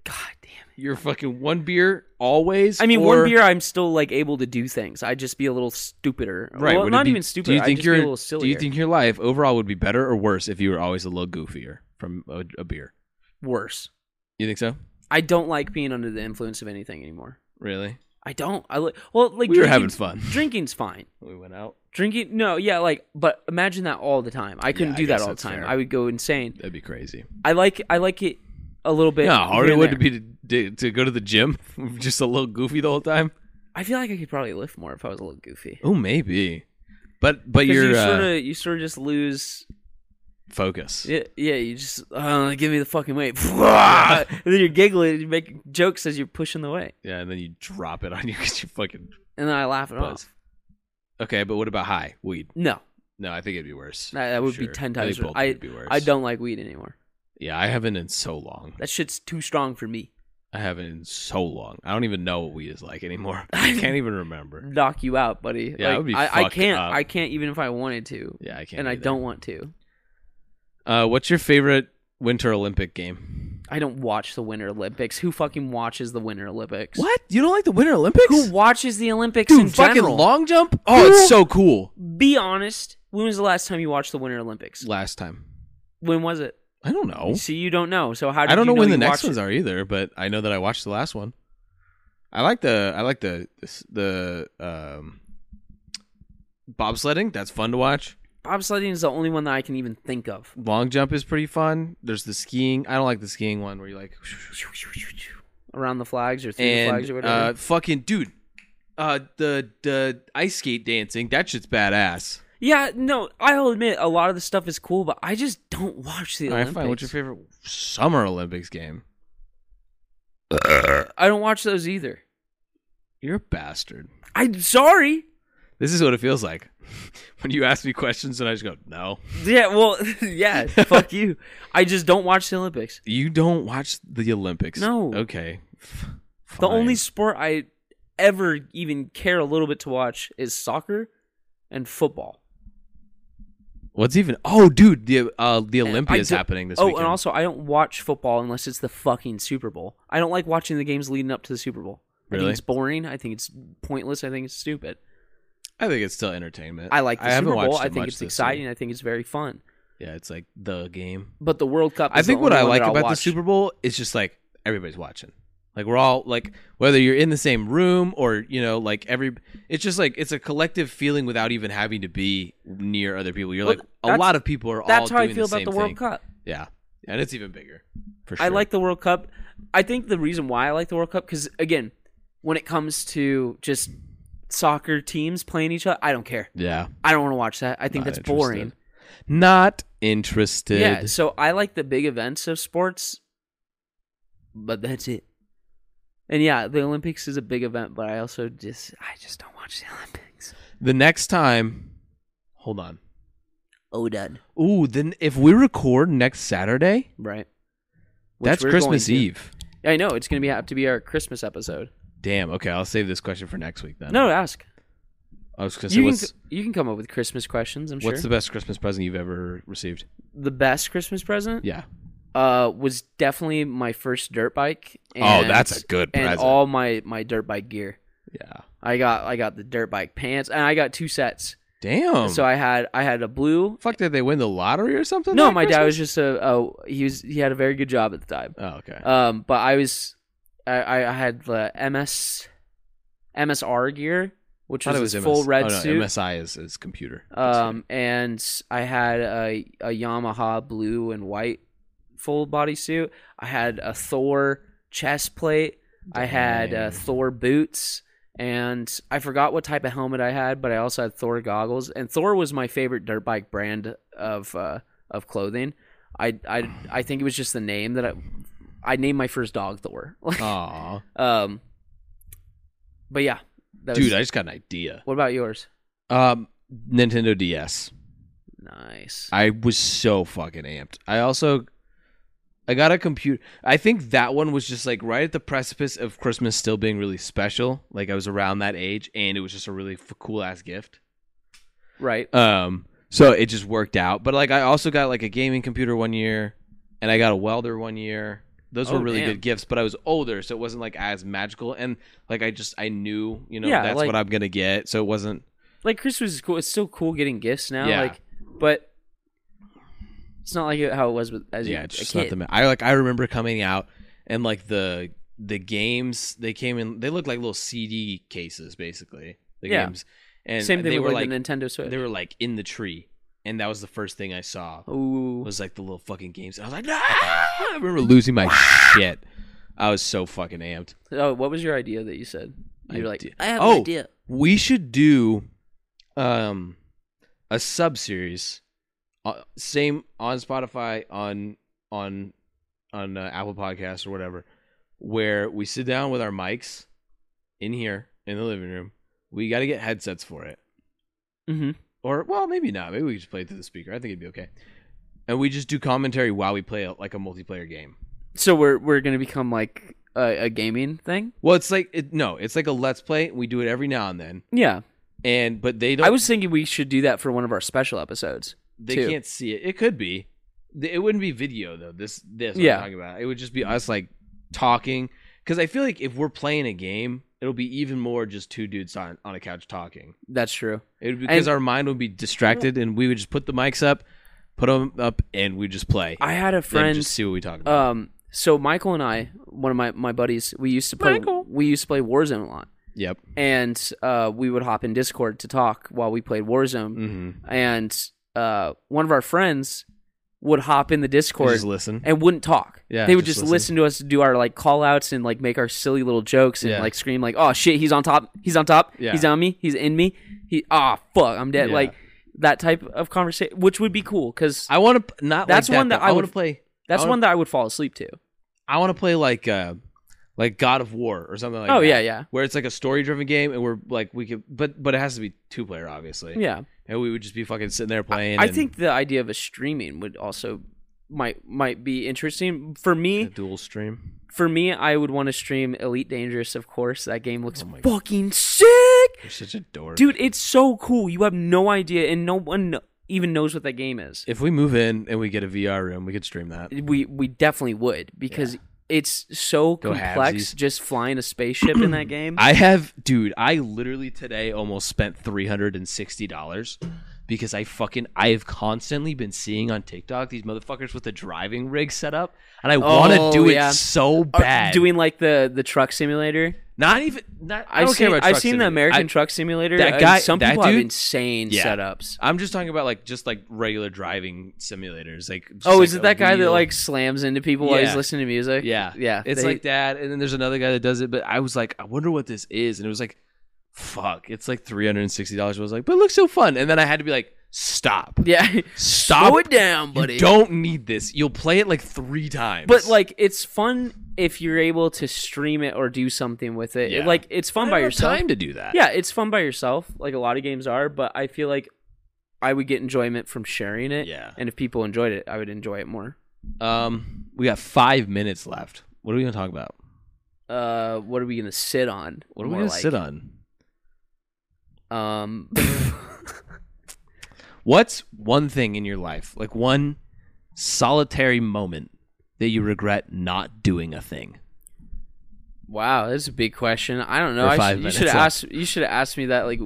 [SPEAKER 1] God damn it.
[SPEAKER 2] You're fucking one beer always.
[SPEAKER 1] I mean,
[SPEAKER 2] or-
[SPEAKER 1] one beer, I'm still like able to do things. I just be a little stupider.
[SPEAKER 2] Right.
[SPEAKER 1] Well,
[SPEAKER 2] would it
[SPEAKER 1] not
[SPEAKER 2] be-
[SPEAKER 1] even stupider.
[SPEAKER 2] Do you
[SPEAKER 1] I'd
[SPEAKER 2] think
[SPEAKER 1] just be
[SPEAKER 2] your
[SPEAKER 1] a little sillier.
[SPEAKER 2] Do you think your life overall would be better or worse if you were always a little goofier from a, a beer?
[SPEAKER 1] worse?
[SPEAKER 2] You think so?
[SPEAKER 1] I don't like being under the influence of anything anymore.
[SPEAKER 2] Really?
[SPEAKER 1] I don't. I like. Well, like
[SPEAKER 2] we were having
[SPEAKER 1] drinking's,
[SPEAKER 2] fun.
[SPEAKER 1] drinking's fine.
[SPEAKER 2] We went out.
[SPEAKER 1] Drinking, no, yeah, like, but imagine that all the time. I couldn't
[SPEAKER 2] Yeah, I
[SPEAKER 1] do that
[SPEAKER 2] guess
[SPEAKER 1] all the
[SPEAKER 2] that's
[SPEAKER 1] time.
[SPEAKER 2] fair.
[SPEAKER 1] I would go insane.
[SPEAKER 2] That'd be crazy.
[SPEAKER 1] I like, I like it a little bit.
[SPEAKER 2] Yeah, how hard
[SPEAKER 1] here
[SPEAKER 2] it
[SPEAKER 1] and
[SPEAKER 2] would
[SPEAKER 1] there.
[SPEAKER 2] be to, to to go to the gym, just a little goofy the whole time.
[SPEAKER 1] I feel like I could probably lift more if I was a little goofy.
[SPEAKER 2] Oh, maybe. But but
[SPEAKER 1] 'Cause
[SPEAKER 2] your
[SPEAKER 1] you
[SPEAKER 2] uh,
[SPEAKER 1] sort of, you sort of just lose.
[SPEAKER 2] focus.
[SPEAKER 1] Yeah, yeah, you just uh, give me the fucking weight, and then you're giggling, and you make jokes as you're pushing the weight,
[SPEAKER 2] Yeah, and then you drop it on you because you fucking
[SPEAKER 1] and then I laugh it
[SPEAKER 2] buzz.
[SPEAKER 1] off.
[SPEAKER 2] Okay, but what about high weed?
[SPEAKER 1] No,
[SPEAKER 2] No, I think it'd be worse.
[SPEAKER 1] that, that would be
[SPEAKER 2] Sure.
[SPEAKER 1] ten
[SPEAKER 2] I think
[SPEAKER 1] times. worse.
[SPEAKER 2] both
[SPEAKER 1] I,
[SPEAKER 2] would be worse.
[SPEAKER 1] I don't like weed anymore.
[SPEAKER 2] Yeah, I haven't in so long.
[SPEAKER 1] That shit's too strong for me.
[SPEAKER 2] I haven't in so long. I don't even know what weed is like anymore. I can't even remember.
[SPEAKER 1] knock you out, buddy.
[SPEAKER 2] Yeah, I
[SPEAKER 1] Like,
[SPEAKER 2] would be
[SPEAKER 1] I, I
[SPEAKER 2] fucked
[SPEAKER 1] can't.
[SPEAKER 2] up.
[SPEAKER 1] I can't even if I wanted to,
[SPEAKER 2] Yeah, I can't.
[SPEAKER 1] and I
[SPEAKER 2] either.
[SPEAKER 1] don't want to.
[SPEAKER 2] Uh, what's your favorite Winter Olympic game?
[SPEAKER 1] I don't watch the Winter Olympics. Who fucking watches the Winter Olympics?
[SPEAKER 2] What? You don't like the Winter Olympics?
[SPEAKER 1] Who watches the Olympics in
[SPEAKER 2] Dude, fucking
[SPEAKER 1] general?
[SPEAKER 2] long jump? Oh, it's so cool.
[SPEAKER 1] Be honest. When was the last time you watched the Winter Olympics?
[SPEAKER 2] Last time.
[SPEAKER 1] When was it?
[SPEAKER 2] I don't know.
[SPEAKER 1] See, you don't know. So how? Did
[SPEAKER 2] Oh. I don't
[SPEAKER 1] you
[SPEAKER 2] know, when the
[SPEAKER 1] you
[SPEAKER 2] next
[SPEAKER 1] watched
[SPEAKER 2] ones
[SPEAKER 1] it?
[SPEAKER 2] are either, but I know that I watched the last one. I like the I like the this- the um bobsledding. That's fun to watch.
[SPEAKER 1] Bobsledding is the only one that I can even think of.
[SPEAKER 2] Long jump is pretty fun. There's the skiing. I don't like the skiing one where you like
[SPEAKER 1] Around the flags or through the flags
[SPEAKER 2] and
[SPEAKER 1] or whatever.
[SPEAKER 2] uh fucking dude. Uh the the ice skate dancing. That shit's badass.
[SPEAKER 1] Yeah, no, I'll admit a lot of the stuff is cool, but I just don't watch the
[SPEAKER 2] All right,
[SPEAKER 1] Olympics.
[SPEAKER 2] fine. What's your favorite Summer Olympics game?
[SPEAKER 1] I don't watch those either.
[SPEAKER 2] You're a bastard.
[SPEAKER 1] I'm sorry.
[SPEAKER 2] This is what it feels like when you ask me questions and I just go, no.
[SPEAKER 1] Yeah, well, yeah, fuck you. I just don't watch the Olympics.
[SPEAKER 2] You don't watch the Olympics.
[SPEAKER 1] No.
[SPEAKER 2] Okay.
[SPEAKER 1] The only sport I ever even care a little bit to watch is soccer and football.
[SPEAKER 2] What's even? Oh, dude, the uh, the
[SPEAKER 1] And
[SPEAKER 2] Olympia
[SPEAKER 1] I
[SPEAKER 2] is
[SPEAKER 1] don't-
[SPEAKER 2] happening this
[SPEAKER 1] Oh,
[SPEAKER 2] weekend.
[SPEAKER 1] and also I don't watch football unless it's the fucking Super Bowl. I don't like watching the games leading up to the Super Bowl. I
[SPEAKER 2] Really?
[SPEAKER 1] think it's boring. I think it's pointless. I think it's stupid.
[SPEAKER 2] I think it's still entertainment.
[SPEAKER 1] I like the
[SPEAKER 2] I haven't
[SPEAKER 1] Super Bowl.
[SPEAKER 2] watched it
[SPEAKER 1] I think
[SPEAKER 2] much
[SPEAKER 1] it's
[SPEAKER 2] this year.
[SPEAKER 1] exciting. I think it's very fun.
[SPEAKER 2] Yeah, it's like the game.
[SPEAKER 1] But the World Cup. Is
[SPEAKER 2] I think
[SPEAKER 1] the
[SPEAKER 2] what
[SPEAKER 1] only
[SPEAKER 2] I
[SPEAKER 1] one
[SPEAKER 2] like
[SPEAKER 1] that I'll
[SPEAKER 2] about the
[SPEAKER 1] watch.
[SPEAKER 2] Super Bowl is just like everybody's watching. Like we're all like whether you're in the same room or you know like every it's just like it's a collective feeling without even having to be near other people. You're
[SPEAKER 1] Well,
[SPEAKER 2] like a
[SPEAKER 1] that's-
[SPEAKER 2] lot of people are all
[SPEAKER 1] That's how I
[SPEAKER 2] doing
[SPEAKER 1] feel
[SPEAKER 2] the
[SPEAKER 1] about
[SPEAKER 2] same
[SPEAKER 1] the World
[SPEAKER 2] thing.
[SPEAKER 1] Cup.
[SPEAKER 2] Yeah, and it's even bigger. For sure.
[SPEAKER 1] I like the World Cup. I think the reason why I like the World Cup because again, when it comes to just soccer teams playing each other, I don't care.
[SPEAKER 2] Yeah.
[SPEAKER 1] I don't want to watch that. I think
[SPEAKER 2] Not
[SPEAKER 1] that's boring.
[SPEAKER 2] interested. Not interested.
[SPEAKER 1] Yeah, so I like the big events of sports, but that's it. And yeah, the Olympics is a big event, but I also just I just don't watch the Olympics.
[SPEAKER 2] The next time, hold on.
[SPEAKER 1] Oh, done.
[SPEAKER 2] Ooh, then if we record next Saturday,
[SPEAKER 1] Right. Which
[SPEAKER 2] that's
[SPEAKER 1] we're going
[SPEAKER 2] Christmas
[SPEAKER 1] to.
[SPEAKER 2] Eve.
[SPEAKER 1] I know it's gonna be have to be our Christmas episode.
[SPEAKER 2] Damn. Okay, I'll save this question for next week then.
[SPEAKER 1] No, ask.
[SPEAKER 2] I was gonna say
[SPEAKER 1] You can,
[SPEAKER 2] what's
[SPEAKER 1] you can come up with Christmas questions. I'm sure.
[SPEAKER 2] what's the best Christmas present you've ever received?
[SPEAKER 1] the best Christmas present?
[SPEAKER 2] Yeah.
[SPEAKER 1] uh, was definitely my first dirt bike.
[SPEAKER 2] Oh, that's a good
[SPEAKER 1] and
[SPEAKER 2] present.
[SPEAKER 1] all my my dirt bike gear.
[SPEAKER 2] Yeah.
[SPEAKER 1] I got I got the dirt bike pants, and I got two sets.
[SPEAKER 2] Damn.
[SPEAKER 1] so I had I had a blue.
[SPEAKER 2] fuck did they win the lottery or something?
[SPEAKER 1] No,
[SPEAKER 2] that
[SPEAKER 1] my dad was
[SPEAKER 2] Christmas?
[SPEAKER 1] just a, a he was he had a very good job at the time.
[SPEAKER 2] Oh, okay.
[SPEAKER 1] Um, but I was I I I had the MS MSR gear, which
[SPEAKER 2] I thought
[SPEAKER 1] was,
[SPEAKER 2] it
[SPEAKER 1] this
[SPEAKER 2] MS
[SPEAKER 1] full red
[SPEAKER 2] oh, no,
[SPEAKER 1] suit.
[SPEAKER 2] MSI is is computer. That's
[SPEAKER 1] Um, and I had a, a Yamaha blue and white full body suit. I had a Thor chest plate. I had uh,
[SPEAKER 2] Dang.
[SPEAKER 1] Thor boots. And I forgot what type of helmet I had, but I also had Thor goggles. And Thor was my favorite dirt bike brand of uh, of clothing. I, I I think it was just the name that I I named my first dog Thor.
[SPEAKER 2] it. Aw.
[SPEAKER 1] um, but yeah, that was,
[SPEAKER 2] Dude, I just got an idea.
[SPEAKER 1] what about yours?
[SPEAKER 2] Um, Nintendo DS.
[SPEAKER 1] Nice.
[SPEAKER 2] I was so fucking amped. I also I got a computer. I think that one was just like right at the precipice of Christmas still being really special. Like I was around that age and it was just a really f- cool ass gift.
[SPEAKER 1] right.
[SPEAKER 2] Um so it just worked out. But like I also got like a gaming computer one year and I got a welder one year. Those
[SPEAKER 1] Oh,
[SPEAKER 2] were really
[SPEAKER 1] damn.
[SPEAKER 2] good gifts, but I was older, so it wasn't like as magical and like I just I knew, you know,
[SPEAKER 1] Yeah,
[SPEAKER 2] that's
[SPEAKER 1] like-
[SPEAKER 2] what I'm going to get. So it wasn't
[SPEAKER 1] like Christmas is cool. It's still cool getting gifts now.
[SPEAKER 2] Yeah.
[SPEAKER 1] Like, but it's not like how it was with as
[SPEAKER 2] yeah,
[SPEAKER 1] you,
[SPEAKER 2] it's just
[SPEAKER 1] a
[SPEAKER 2] not
[SPEAKER 1] kid.
[SPEAKER 2] the. ma- I like. I remember coming out and like the the games they came in. They looked like little CD cases, basically. The
[SPEAKER 1] Yeah.
[SPEAKER 2] games. And
[SPEAKER 1] Same thing
[SPEAKER 2] They
[SPEAKER 1] with
[SPEAKER 2] were
[SPEAKER 1] like,
[SPEAKER 2] like
[SPEAKER 1] the Nintendo Switch.
[SPEAKER 2] they were like in the tree, and that was the first thing I saw
[SPEAKER 1] Ooh,
[SPEAKER 2] was like the little fucking games. And I was like, "Ah!" I remember losing my shit. I was so fucking amped.
[SPEAKER 1] oh, what was your idea that you said? You were like,
[SPEAKER 2] Idea.
[SPEAKER 1] I have
[SPEAKER 2] Oh.
[SPEAKER 1] an idea.
[SPEAKER 2] We should do, um, a sub series, uh, same on Spotify on on on uh, Apple Podcasts or whatever, where we sit down with our mics in here in the living room. We got to get headsets for it,
[SPEAKER 1] Mm-hmm.
[SPEAKER 2] or well, maybe not. Maybe we just play it through the speaker. I think it'd be okay. And we just do commentary while we play a, like a multiplayer game.
[SPEAKER 1] So we're we're gonna become like a, a gaming thing.
[SPEAKER 2] Well, it's like it, no, it's like a let's play. We do it every now and then,
[SPEAKER 1] Yeah,
[SPEAKER 2] and but they don't.
[SPEAKER 1] I was thinking we should do that for one of our special episodes.
[SPEAKER 2] they
[SPEAKER 1] too.
[SPEAKER 2] can't see it. It could be. Th- It wouldn't be video though. This this yeah.
[SPEAKER 1] Yeah.
[SPEAKER 2] I'm talking about. It would just be us like talking. Because I feel like if we're playing a game, it'll be even more just two dudes on, on a couch talking.
[SPEAKER 1] That's true.
[SPEAKER 2] It would because
[SPEAKER 1] And-
[SPEAKER 2] our mind would be distracted, and we would just put the mics up, put them up, and we just play.
[SPEAKER 1] I had a
[SPEAKER 2] and
[SPEAKER 1] friend.
[SPEAKER 2] just see what we talk about.
[SPEAKER 1] Um, so Michael and I, one of my my buddies, we used to play.
[SPEAKER 2] Michael.
[SPEAKER 1] We used to play Warzone a lot,
[SPEAKER 2] yep.
[SPEAKER 1] and uh, we would hop in Discord to talk while we played Warzone.
[SPEAKER 2] Mm-hmm.
[SPEAKER 1] and uh, one of our friends would hop in the Discord
[SPEAKER 2] Just listen.
[SPEAKER 1] and wouldn't talk.
[SPEAKER 2] Yeah,
[SPEAKER 1] they would
[SPEAKER 2] just
[SPEAKER 1] just, listen. to us do our like call outs and like make our silly little jokes and
[SPEAKER 2] Yeah.
[SPEAKER 1] like scream like, "Oh shit, he's on top, he's on top,
[SPEAKER 2] Yeah.
[SPEAKER 1] he's on me, he's in me, he ah fuck, I'm dead."
[SPEAKER 2] Yeah.
[SPEAKER 1] Like that type of conversation, which would be cool because
[SPEAKER 2] I want to not.
[SPEAKER 1] That's
[SPEAKER 2] like
[SPEAKER 1] one
[SPEAKER 2] that,
[SPEAKER 1] that
[SPEAKER 2] though.
[SPEAKER 1] I
[SPEAKER 2] I want
[SPEAKER 1] would-
[SPEAKER 2] to play.
[SPEAKER 1] that's
[SPEAKER 2] I would-
[SPEAKER 1] one that I would fall asleep to.
[SPEAKER 2] I want to play like uh, like God of War or something like.
[SPEAKER 1] oh
[SPEAKER 2] that,
[SPEAKER 1] yeah, yeah,
[SPEAKER 2] Where it's like a story-driven game, and we're like we could, but but it has to be two-player, obviously.
[SPEAKER 1] yeah.
[SPEAKER 2] and we would just be fucking sitting there playing.
[SPEAKER 1] I
[SPEAKER 2] and
[SPEAKER 1] think the idea of a streaming would also might might be interesting for
[SPEAKER 2] a
[SPEAKER 1] me.
[SPEAKER 2] dual stream.
[SPEAKER 1] For me, I would want to stream Elite Dangerous. Of course, that game looks
[SPEAKER 2] Oh my-
[SPEAKER 1] fucking sick.
[SPEAKER 2] You're such a dork,
[SPEAKER 1] dude it's so cool you have no idea and no one kn- even knows what that game is
[SPEAKER 2] If we move in and we get a VR room, we could stream that.
[SPEAKER 1] we we definitely would because it's so
[SPEAKER 2] Go
[SPEAKER 1] complex
[SPEAKER 2] halvesies.
[SPEAKER 1] just flying a spaceship in that game
[SPEAKER 2] I have, dude. I literally today almost spent three hundred and sixty dollars because I fucking I have constantly been seeing on TikTok these motherfuckers with the driving rig set up, and I want to
[SPEAKER 1] Oh,
[SPEAKER 2] do
[SPEAKER 1] yeah.
[SPEAKER 2] it so
[SPEAKER 1] Are-
[SPEAKER 2] bad.
[SPEAKER 1] Uh, doing like the the truck simulator
[SPEAKER 2] not even. Not, I
[SPEAKER 1] i've
[SPEAKER 2] don't
[SPEAKER 1] seen,
[SPEAKER 2] care about.
[SPEAKER 1] I've
[SPEAKER 2] truck
[SPEAKER 1] seen the
[SPEAKER 2] simulator.
[SPEAKER 1] american
[SPEAKER 2] I,
[SPEAKER 1] truck simulator
[SPEAKER 2] that
[SPEAKER 1] and
[SPEAKER 2] guy-
[SPEAKER 1] some
[SPEAKER 2] that
[SPEAKER 1] people have
[SPEAKER 2] dude-
[SPEAKER 1] insane
[SPEAKER 2] Yeah.
[SPEAKER 1] setups
[SPEAKER 2] I'm just talking about like just like regular driving simulators. Like just,
[SPEAKER 1] oh
[SPEAKER 2] like,
[SPEAKER 1] is
[SPEAKER 2] a
[SPEAKER 1] it that guy that
[SPEAKER 2] wheel.
[SPEAKER 1] like slams into people while he's
[SPEAKER 2] Yeah.
[SPEAKER 1] listening to music
[SPEAKER 2] Yeah.
[SPEAKER 1] yeah
[SPEAKER 2] It's
[SPEAKER 1] they-
[SPEAKER 2] like that, and then there's another guy that does it. But I was like, I wonder what this is, and it was like, fuck, it's like three hundred and sixty dollars. I was like, but it looks so fun, and then I had to be like, stop,
[SPEAKER 1] yeah
[SPEAKER 2] stop,
[SPEAKER 1] slow it down
[SPEAKER 2] You
[SPEAKER 1] buddy
[SPEAKER 2] don't need this. You'll play it like three times.
[SPEAKER 1] But like, it's fun if you're able to stream it or do something with it.
[SPEAKER 2] Yeah.
[SPEAKER 1] Like, it's
[SPEAKER 2] I
[SPEAKER 1] fun
[SPEAKER 2] don't
[SPEAKER 1] by
[SPEAKER 2] have
[SPEAKER 1] yourself.
[SPEAKER 2] time to do that.
[SPEAKER 1] Yeah, it's fun by yourself. Like a lot of games are, but I feel like I would get enjoyment from sharing it.
[SPEAKER 2] Yeah.
[SPEAKER 1] And if people enjoyed it, I would enjoy it more.
[SPEAKER 2] Um, we got five minutes left. What are we gonna talk about?
[SPEAKER 1] Uh, what are we gonna sit on?
[SPEAKER 2] What are we
[SPEAKER 1] More
[SPEAKER 2] gonna
[SPEAKER 1] like,
[SPEAKER 2] sit on?
[SPEAKER 1] Um,
[SPEAKER 2] What's one thing in your life, like one solitary moment that you regret not doing a thing?
[SPEAKER 1] wow, that's a big question. I don't know.
[SPEAKER 2] For
[SPEAKER 1] I
[SPEAKER 2] five
[SPEAKER 1] should, you
[SPEAKER 2] minutes
[SPEAKER 1] should have
[SPEAKER 2] left.
[SPEAKER 1] asked. You should have asked me that like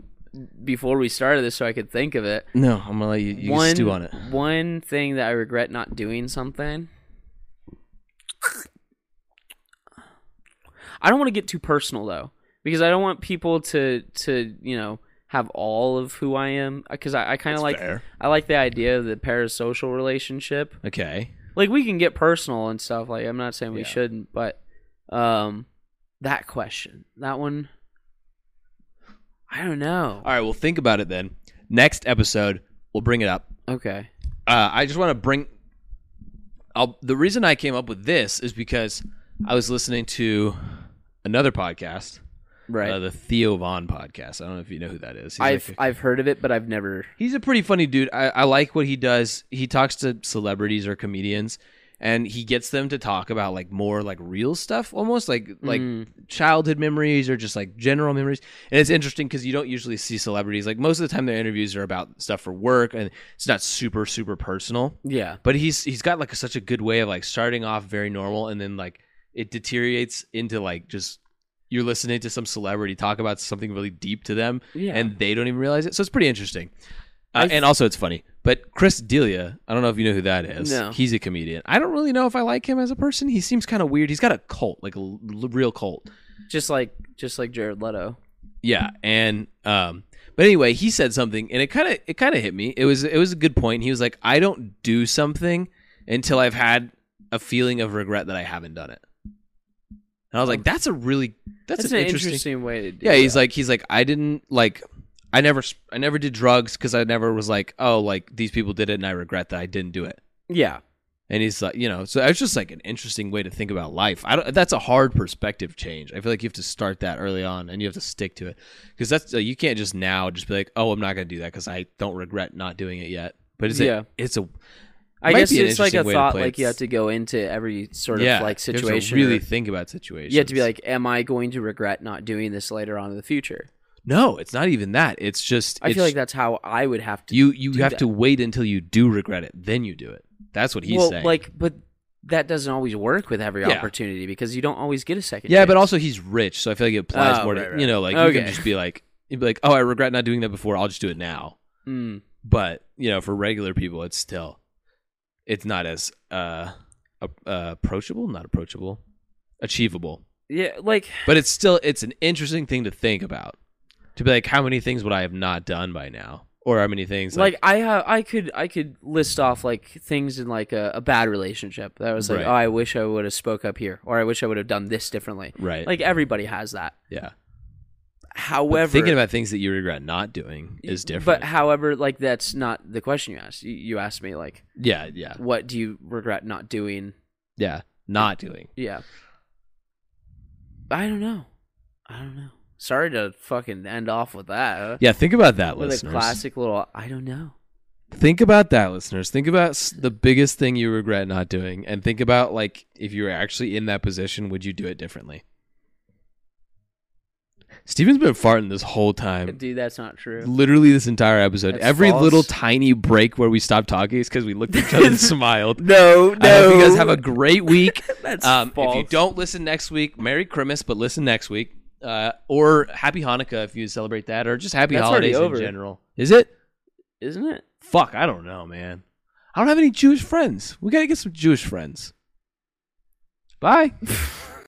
[SPEAKER 1] before we started this, so I could think of it.
[SPEAKER 2] No, I'm gonna let you, you
[SPEAKER 1] one
[SPEAKER 2] stew on it.
[SPEAKER 1] one thing that I regret not doing something. I don't want to get too personal though, because I don't want people to to you know have all of who I am. Because I, I kind of
[SPEAKER 2] That's
[SPEAKER 1] like
[SPEAKER 2] fair.
[SPEAKER 1] I like the idea of the parasocial relationship.
[SPEAKER 2] Okay.
[SPEAKER 1] Like we can get personal and stuff. Like I'm not saying we
[SPEAKER 2] Yeah.
[SPEAKER 1] shouldn't, but um, that question, that one, I don't know.
[SPEAKER 2] All right, well, think about it then. Next episode, we'll bring it up.
[SPEAKER 1] Okay.
[SPEAKER 2] Uh, I just want to bring. I'll, the reason I came up with this is because I was listening to another podcast,
[SPEAKER 1] Right.
[SPEAKER 2] uh, the Theo Vaughn podcast. I don't know if you know who that is. He's,
[SPEAKER 1] I've
[SPEAKER 2] like a,
[SPEAKER 1] I've heard of it, but I've never.
[SPEAKER 2] he's a pretty funny dude. I, I like what he does. He talks to celebrities or comedians, and he gets them to talk about like more like real stuff, almost like like
[SPEAKER 1] Mm.
[SPEAKER 2] childhood memories or just like general memories. And it's interesting because you don't usually see celebrities. Like most of the time, their interviews are about stuff for work, and it's not super super personal.
[SPEAKER 1] Yeah.
[SPEAKER 2] But he's he's got like such a good way of like starting off very normal, and then like it deteriorates into like just you're listening to some celebrity talk about something really deep to them,
[SPEAKER 1] Yeah.
[SPEAKER 2] and they don't even realize it. So it's pretty interesting.
[SPEAKER 1] I
[SPEAKER 2] Uh,
[SPEAKER 1] th-
[SPEAKER 2] and also, it's funny. But Chris Delia, I don't know if you know who that is.
[SPEAKER 1] No.
[SPEAKER 2] He's a comedian. I don't really know if I like him as a person. He seems kind of weird. He's got a cult, like a l- real cult.
[SPEAKER 1] just like just like Jared Leto.
[SPEAKER 2] Yeah, and um, but anyway, he said something, and it kind of it kind of hit me. It was it was a good point. He was like, I don't do something until I've had a feeling of regret that I haven't done it. And I was like, that's a really that's,
[SPEAKER 1] Um, That's,
[SPEAKER 2] an,
[SPEAKER 1] an
[SPEAKER 2] interesting.
[SPEAKER 1] interesting, way to do.
[SPEAKER 2] yeah, he's
[SPEAKER 1] that.
[SPEAKER 2] like he's like I didn't like I never sp- I never did drugs because I never was like oh like these people did it and I regret that I didn't do it.
[SPEAKER 1] yeah,
[SPEAKER 2] And he's like, you know, so it's just like an interesting way to think about life. I don't, that's a hard perspective change. I feel like you have to start that early on, and you have to stick to it because that's uh, you can't just now just be like, oh, I'm not gonna do that because I don't regret not doing it yet. But it's
[SPEAKER 1] Yeah.
[SPEAKER 2] a, it's a
[SPEAKER 1] I
[SPEAKER 2] might
[SPEAKER 1] guess
[SPEAKER 2] be an
[SPEAKER 1] it's like
[SPEAKER 2] interesting
[SPEAKER 1] a
[SPEAKER 2] way to
[SPEAKER 1] thought.
[SPEAKER 2] play
[SPEAKER 1] Like you
[SPEAKER 2] it.
[SPEAKER 1] have to go into every sort
[SPEAKER 2] yeah,
[SPEAKER 1] of like
[SPEAKER 2] you have to
[SPEAKER 1] situation. or-
[SPEAKER 2] really think about situations.
[SPEAKER 1] you have to be like, am I going to regret not doing this later on in the future?
[SPEAKER 2] no, it's not even that. It's just
[SPEAKER 1] I
[SPEAKER 2] it's,
[SPEAKER 1] feel like that's how I would have to.
[SPEAKER 2] you you
[SPEAKER 1] do
[SPEAKER 2] have
[SPEAKER 1] that.
[SPEAKER 2] to wait until you do regret it, then you do it. That's what he's
[SPEAKER 1] well,
[SPEAKER 2] saying.
[SPEAKER 1] like, but that doesn't always work with every
[SPEAKER 2] Yeah.
[SPEAKER 1] opportunity because you don't always get a second.
[SPEAKER 2] Yeah, but
[SPEAKER 1] chance.
[SPEAKER 2] also he's rich, so I feel like it applies
[SPEAKER 1] Oh,
[SPEAKER 2] more
[SPEAKER 1] right,
[SPEAKER 2] to
[SPEAKER 1] right.
[SPEAKER 2] you know, like you
[SPEAKER 1] Okay.
[SPEAKER 2] can just be like you'd be like, Oh, I regret not doing that before, I'll just do it now.
[SPEAKER 1] Mm.
[SPEAKER 2] But, you know, for regular people it's still it's not as uh, ap- uh approachable, not approachable. Achievable.
[SPEAKER 1] yeah, like
[SPEAKER 2] But it's still it's an interesting thing to think about. To be like, how many things would I have not done by now? Or how many things
[SPEAKER 1] like,
[SPEAKER 2] like,
[SPEAKER 1] I have, I could, I could list off like things in like a, a bad relationship that was like,
[SPEAKER 2] Right.
[SPEAKER 1] oh, I wish I would have spoke up here, or I wish I would have done this differently.
[SPEAKER 2] Right.
[SPEAKER 1] Like everybody has that.
[SPEAKER 2] yeah. But
[SPEAKER 1] However,
[SPEAKER 2] thinking about things that you regret not doing is different.
[SPEAKER 1] But however, like that's not the question you asked. You, you asked me like,
[SPEAKER 2] yeah, yeah,
[SPEAKER 1] what do you regret not doing?
[SPEAKER 2] yeah. Not doing.
[SPEAKER 1] Yeah. I don't know. I don't know. Sorry to fucking end off with that. huh?
[SPEAKER 2] Yeah, think about that,
[SPEAKER 1] with
[SPEAKER 2] listeners.
[SPEAKER 1] a classic little. I don't know.
[SPEAKER 2] Think about that, listeners. Think about s- the biggest thing you regret not doing, and think about like if you were actually in that position, would you do it differently? Steven's been farting this whole time.
[SPEAKER 1] Dude, that's not true.
[SPEAKER 2] Literally this entire episode.
[SPEAKER 1] That's
[SPEAKER 2] Every
[SPEAKER 1] false.
[SPEAKER 2] little tiny break where we stopped talking is because we looked at each other and smiled.
[SPEAKER 1] No, no.
[SPEAKER 2] I hope you guys have a great week.
[SPEAKER 1] That's
[SPEAKER 2] um, if you
[SPEAKER 1] false.
[SPEAKER 2] don't listen next week, Merry Christmas, but listen next week. Uh, or Happy Hanukkah if you celebrate that, or just Happy
[SPEAKER 1] That's already
[SPEAKER 2] Holidays in
[SPEAKER 1] over.
[SPEAKER 2] general. Is it?
[SPEAKER 1] Isn't it?
[SPEAKER 2] Fuck, I don't know, man. I don't have any Jewish friends. We gotta get some Jewish friends. Bye.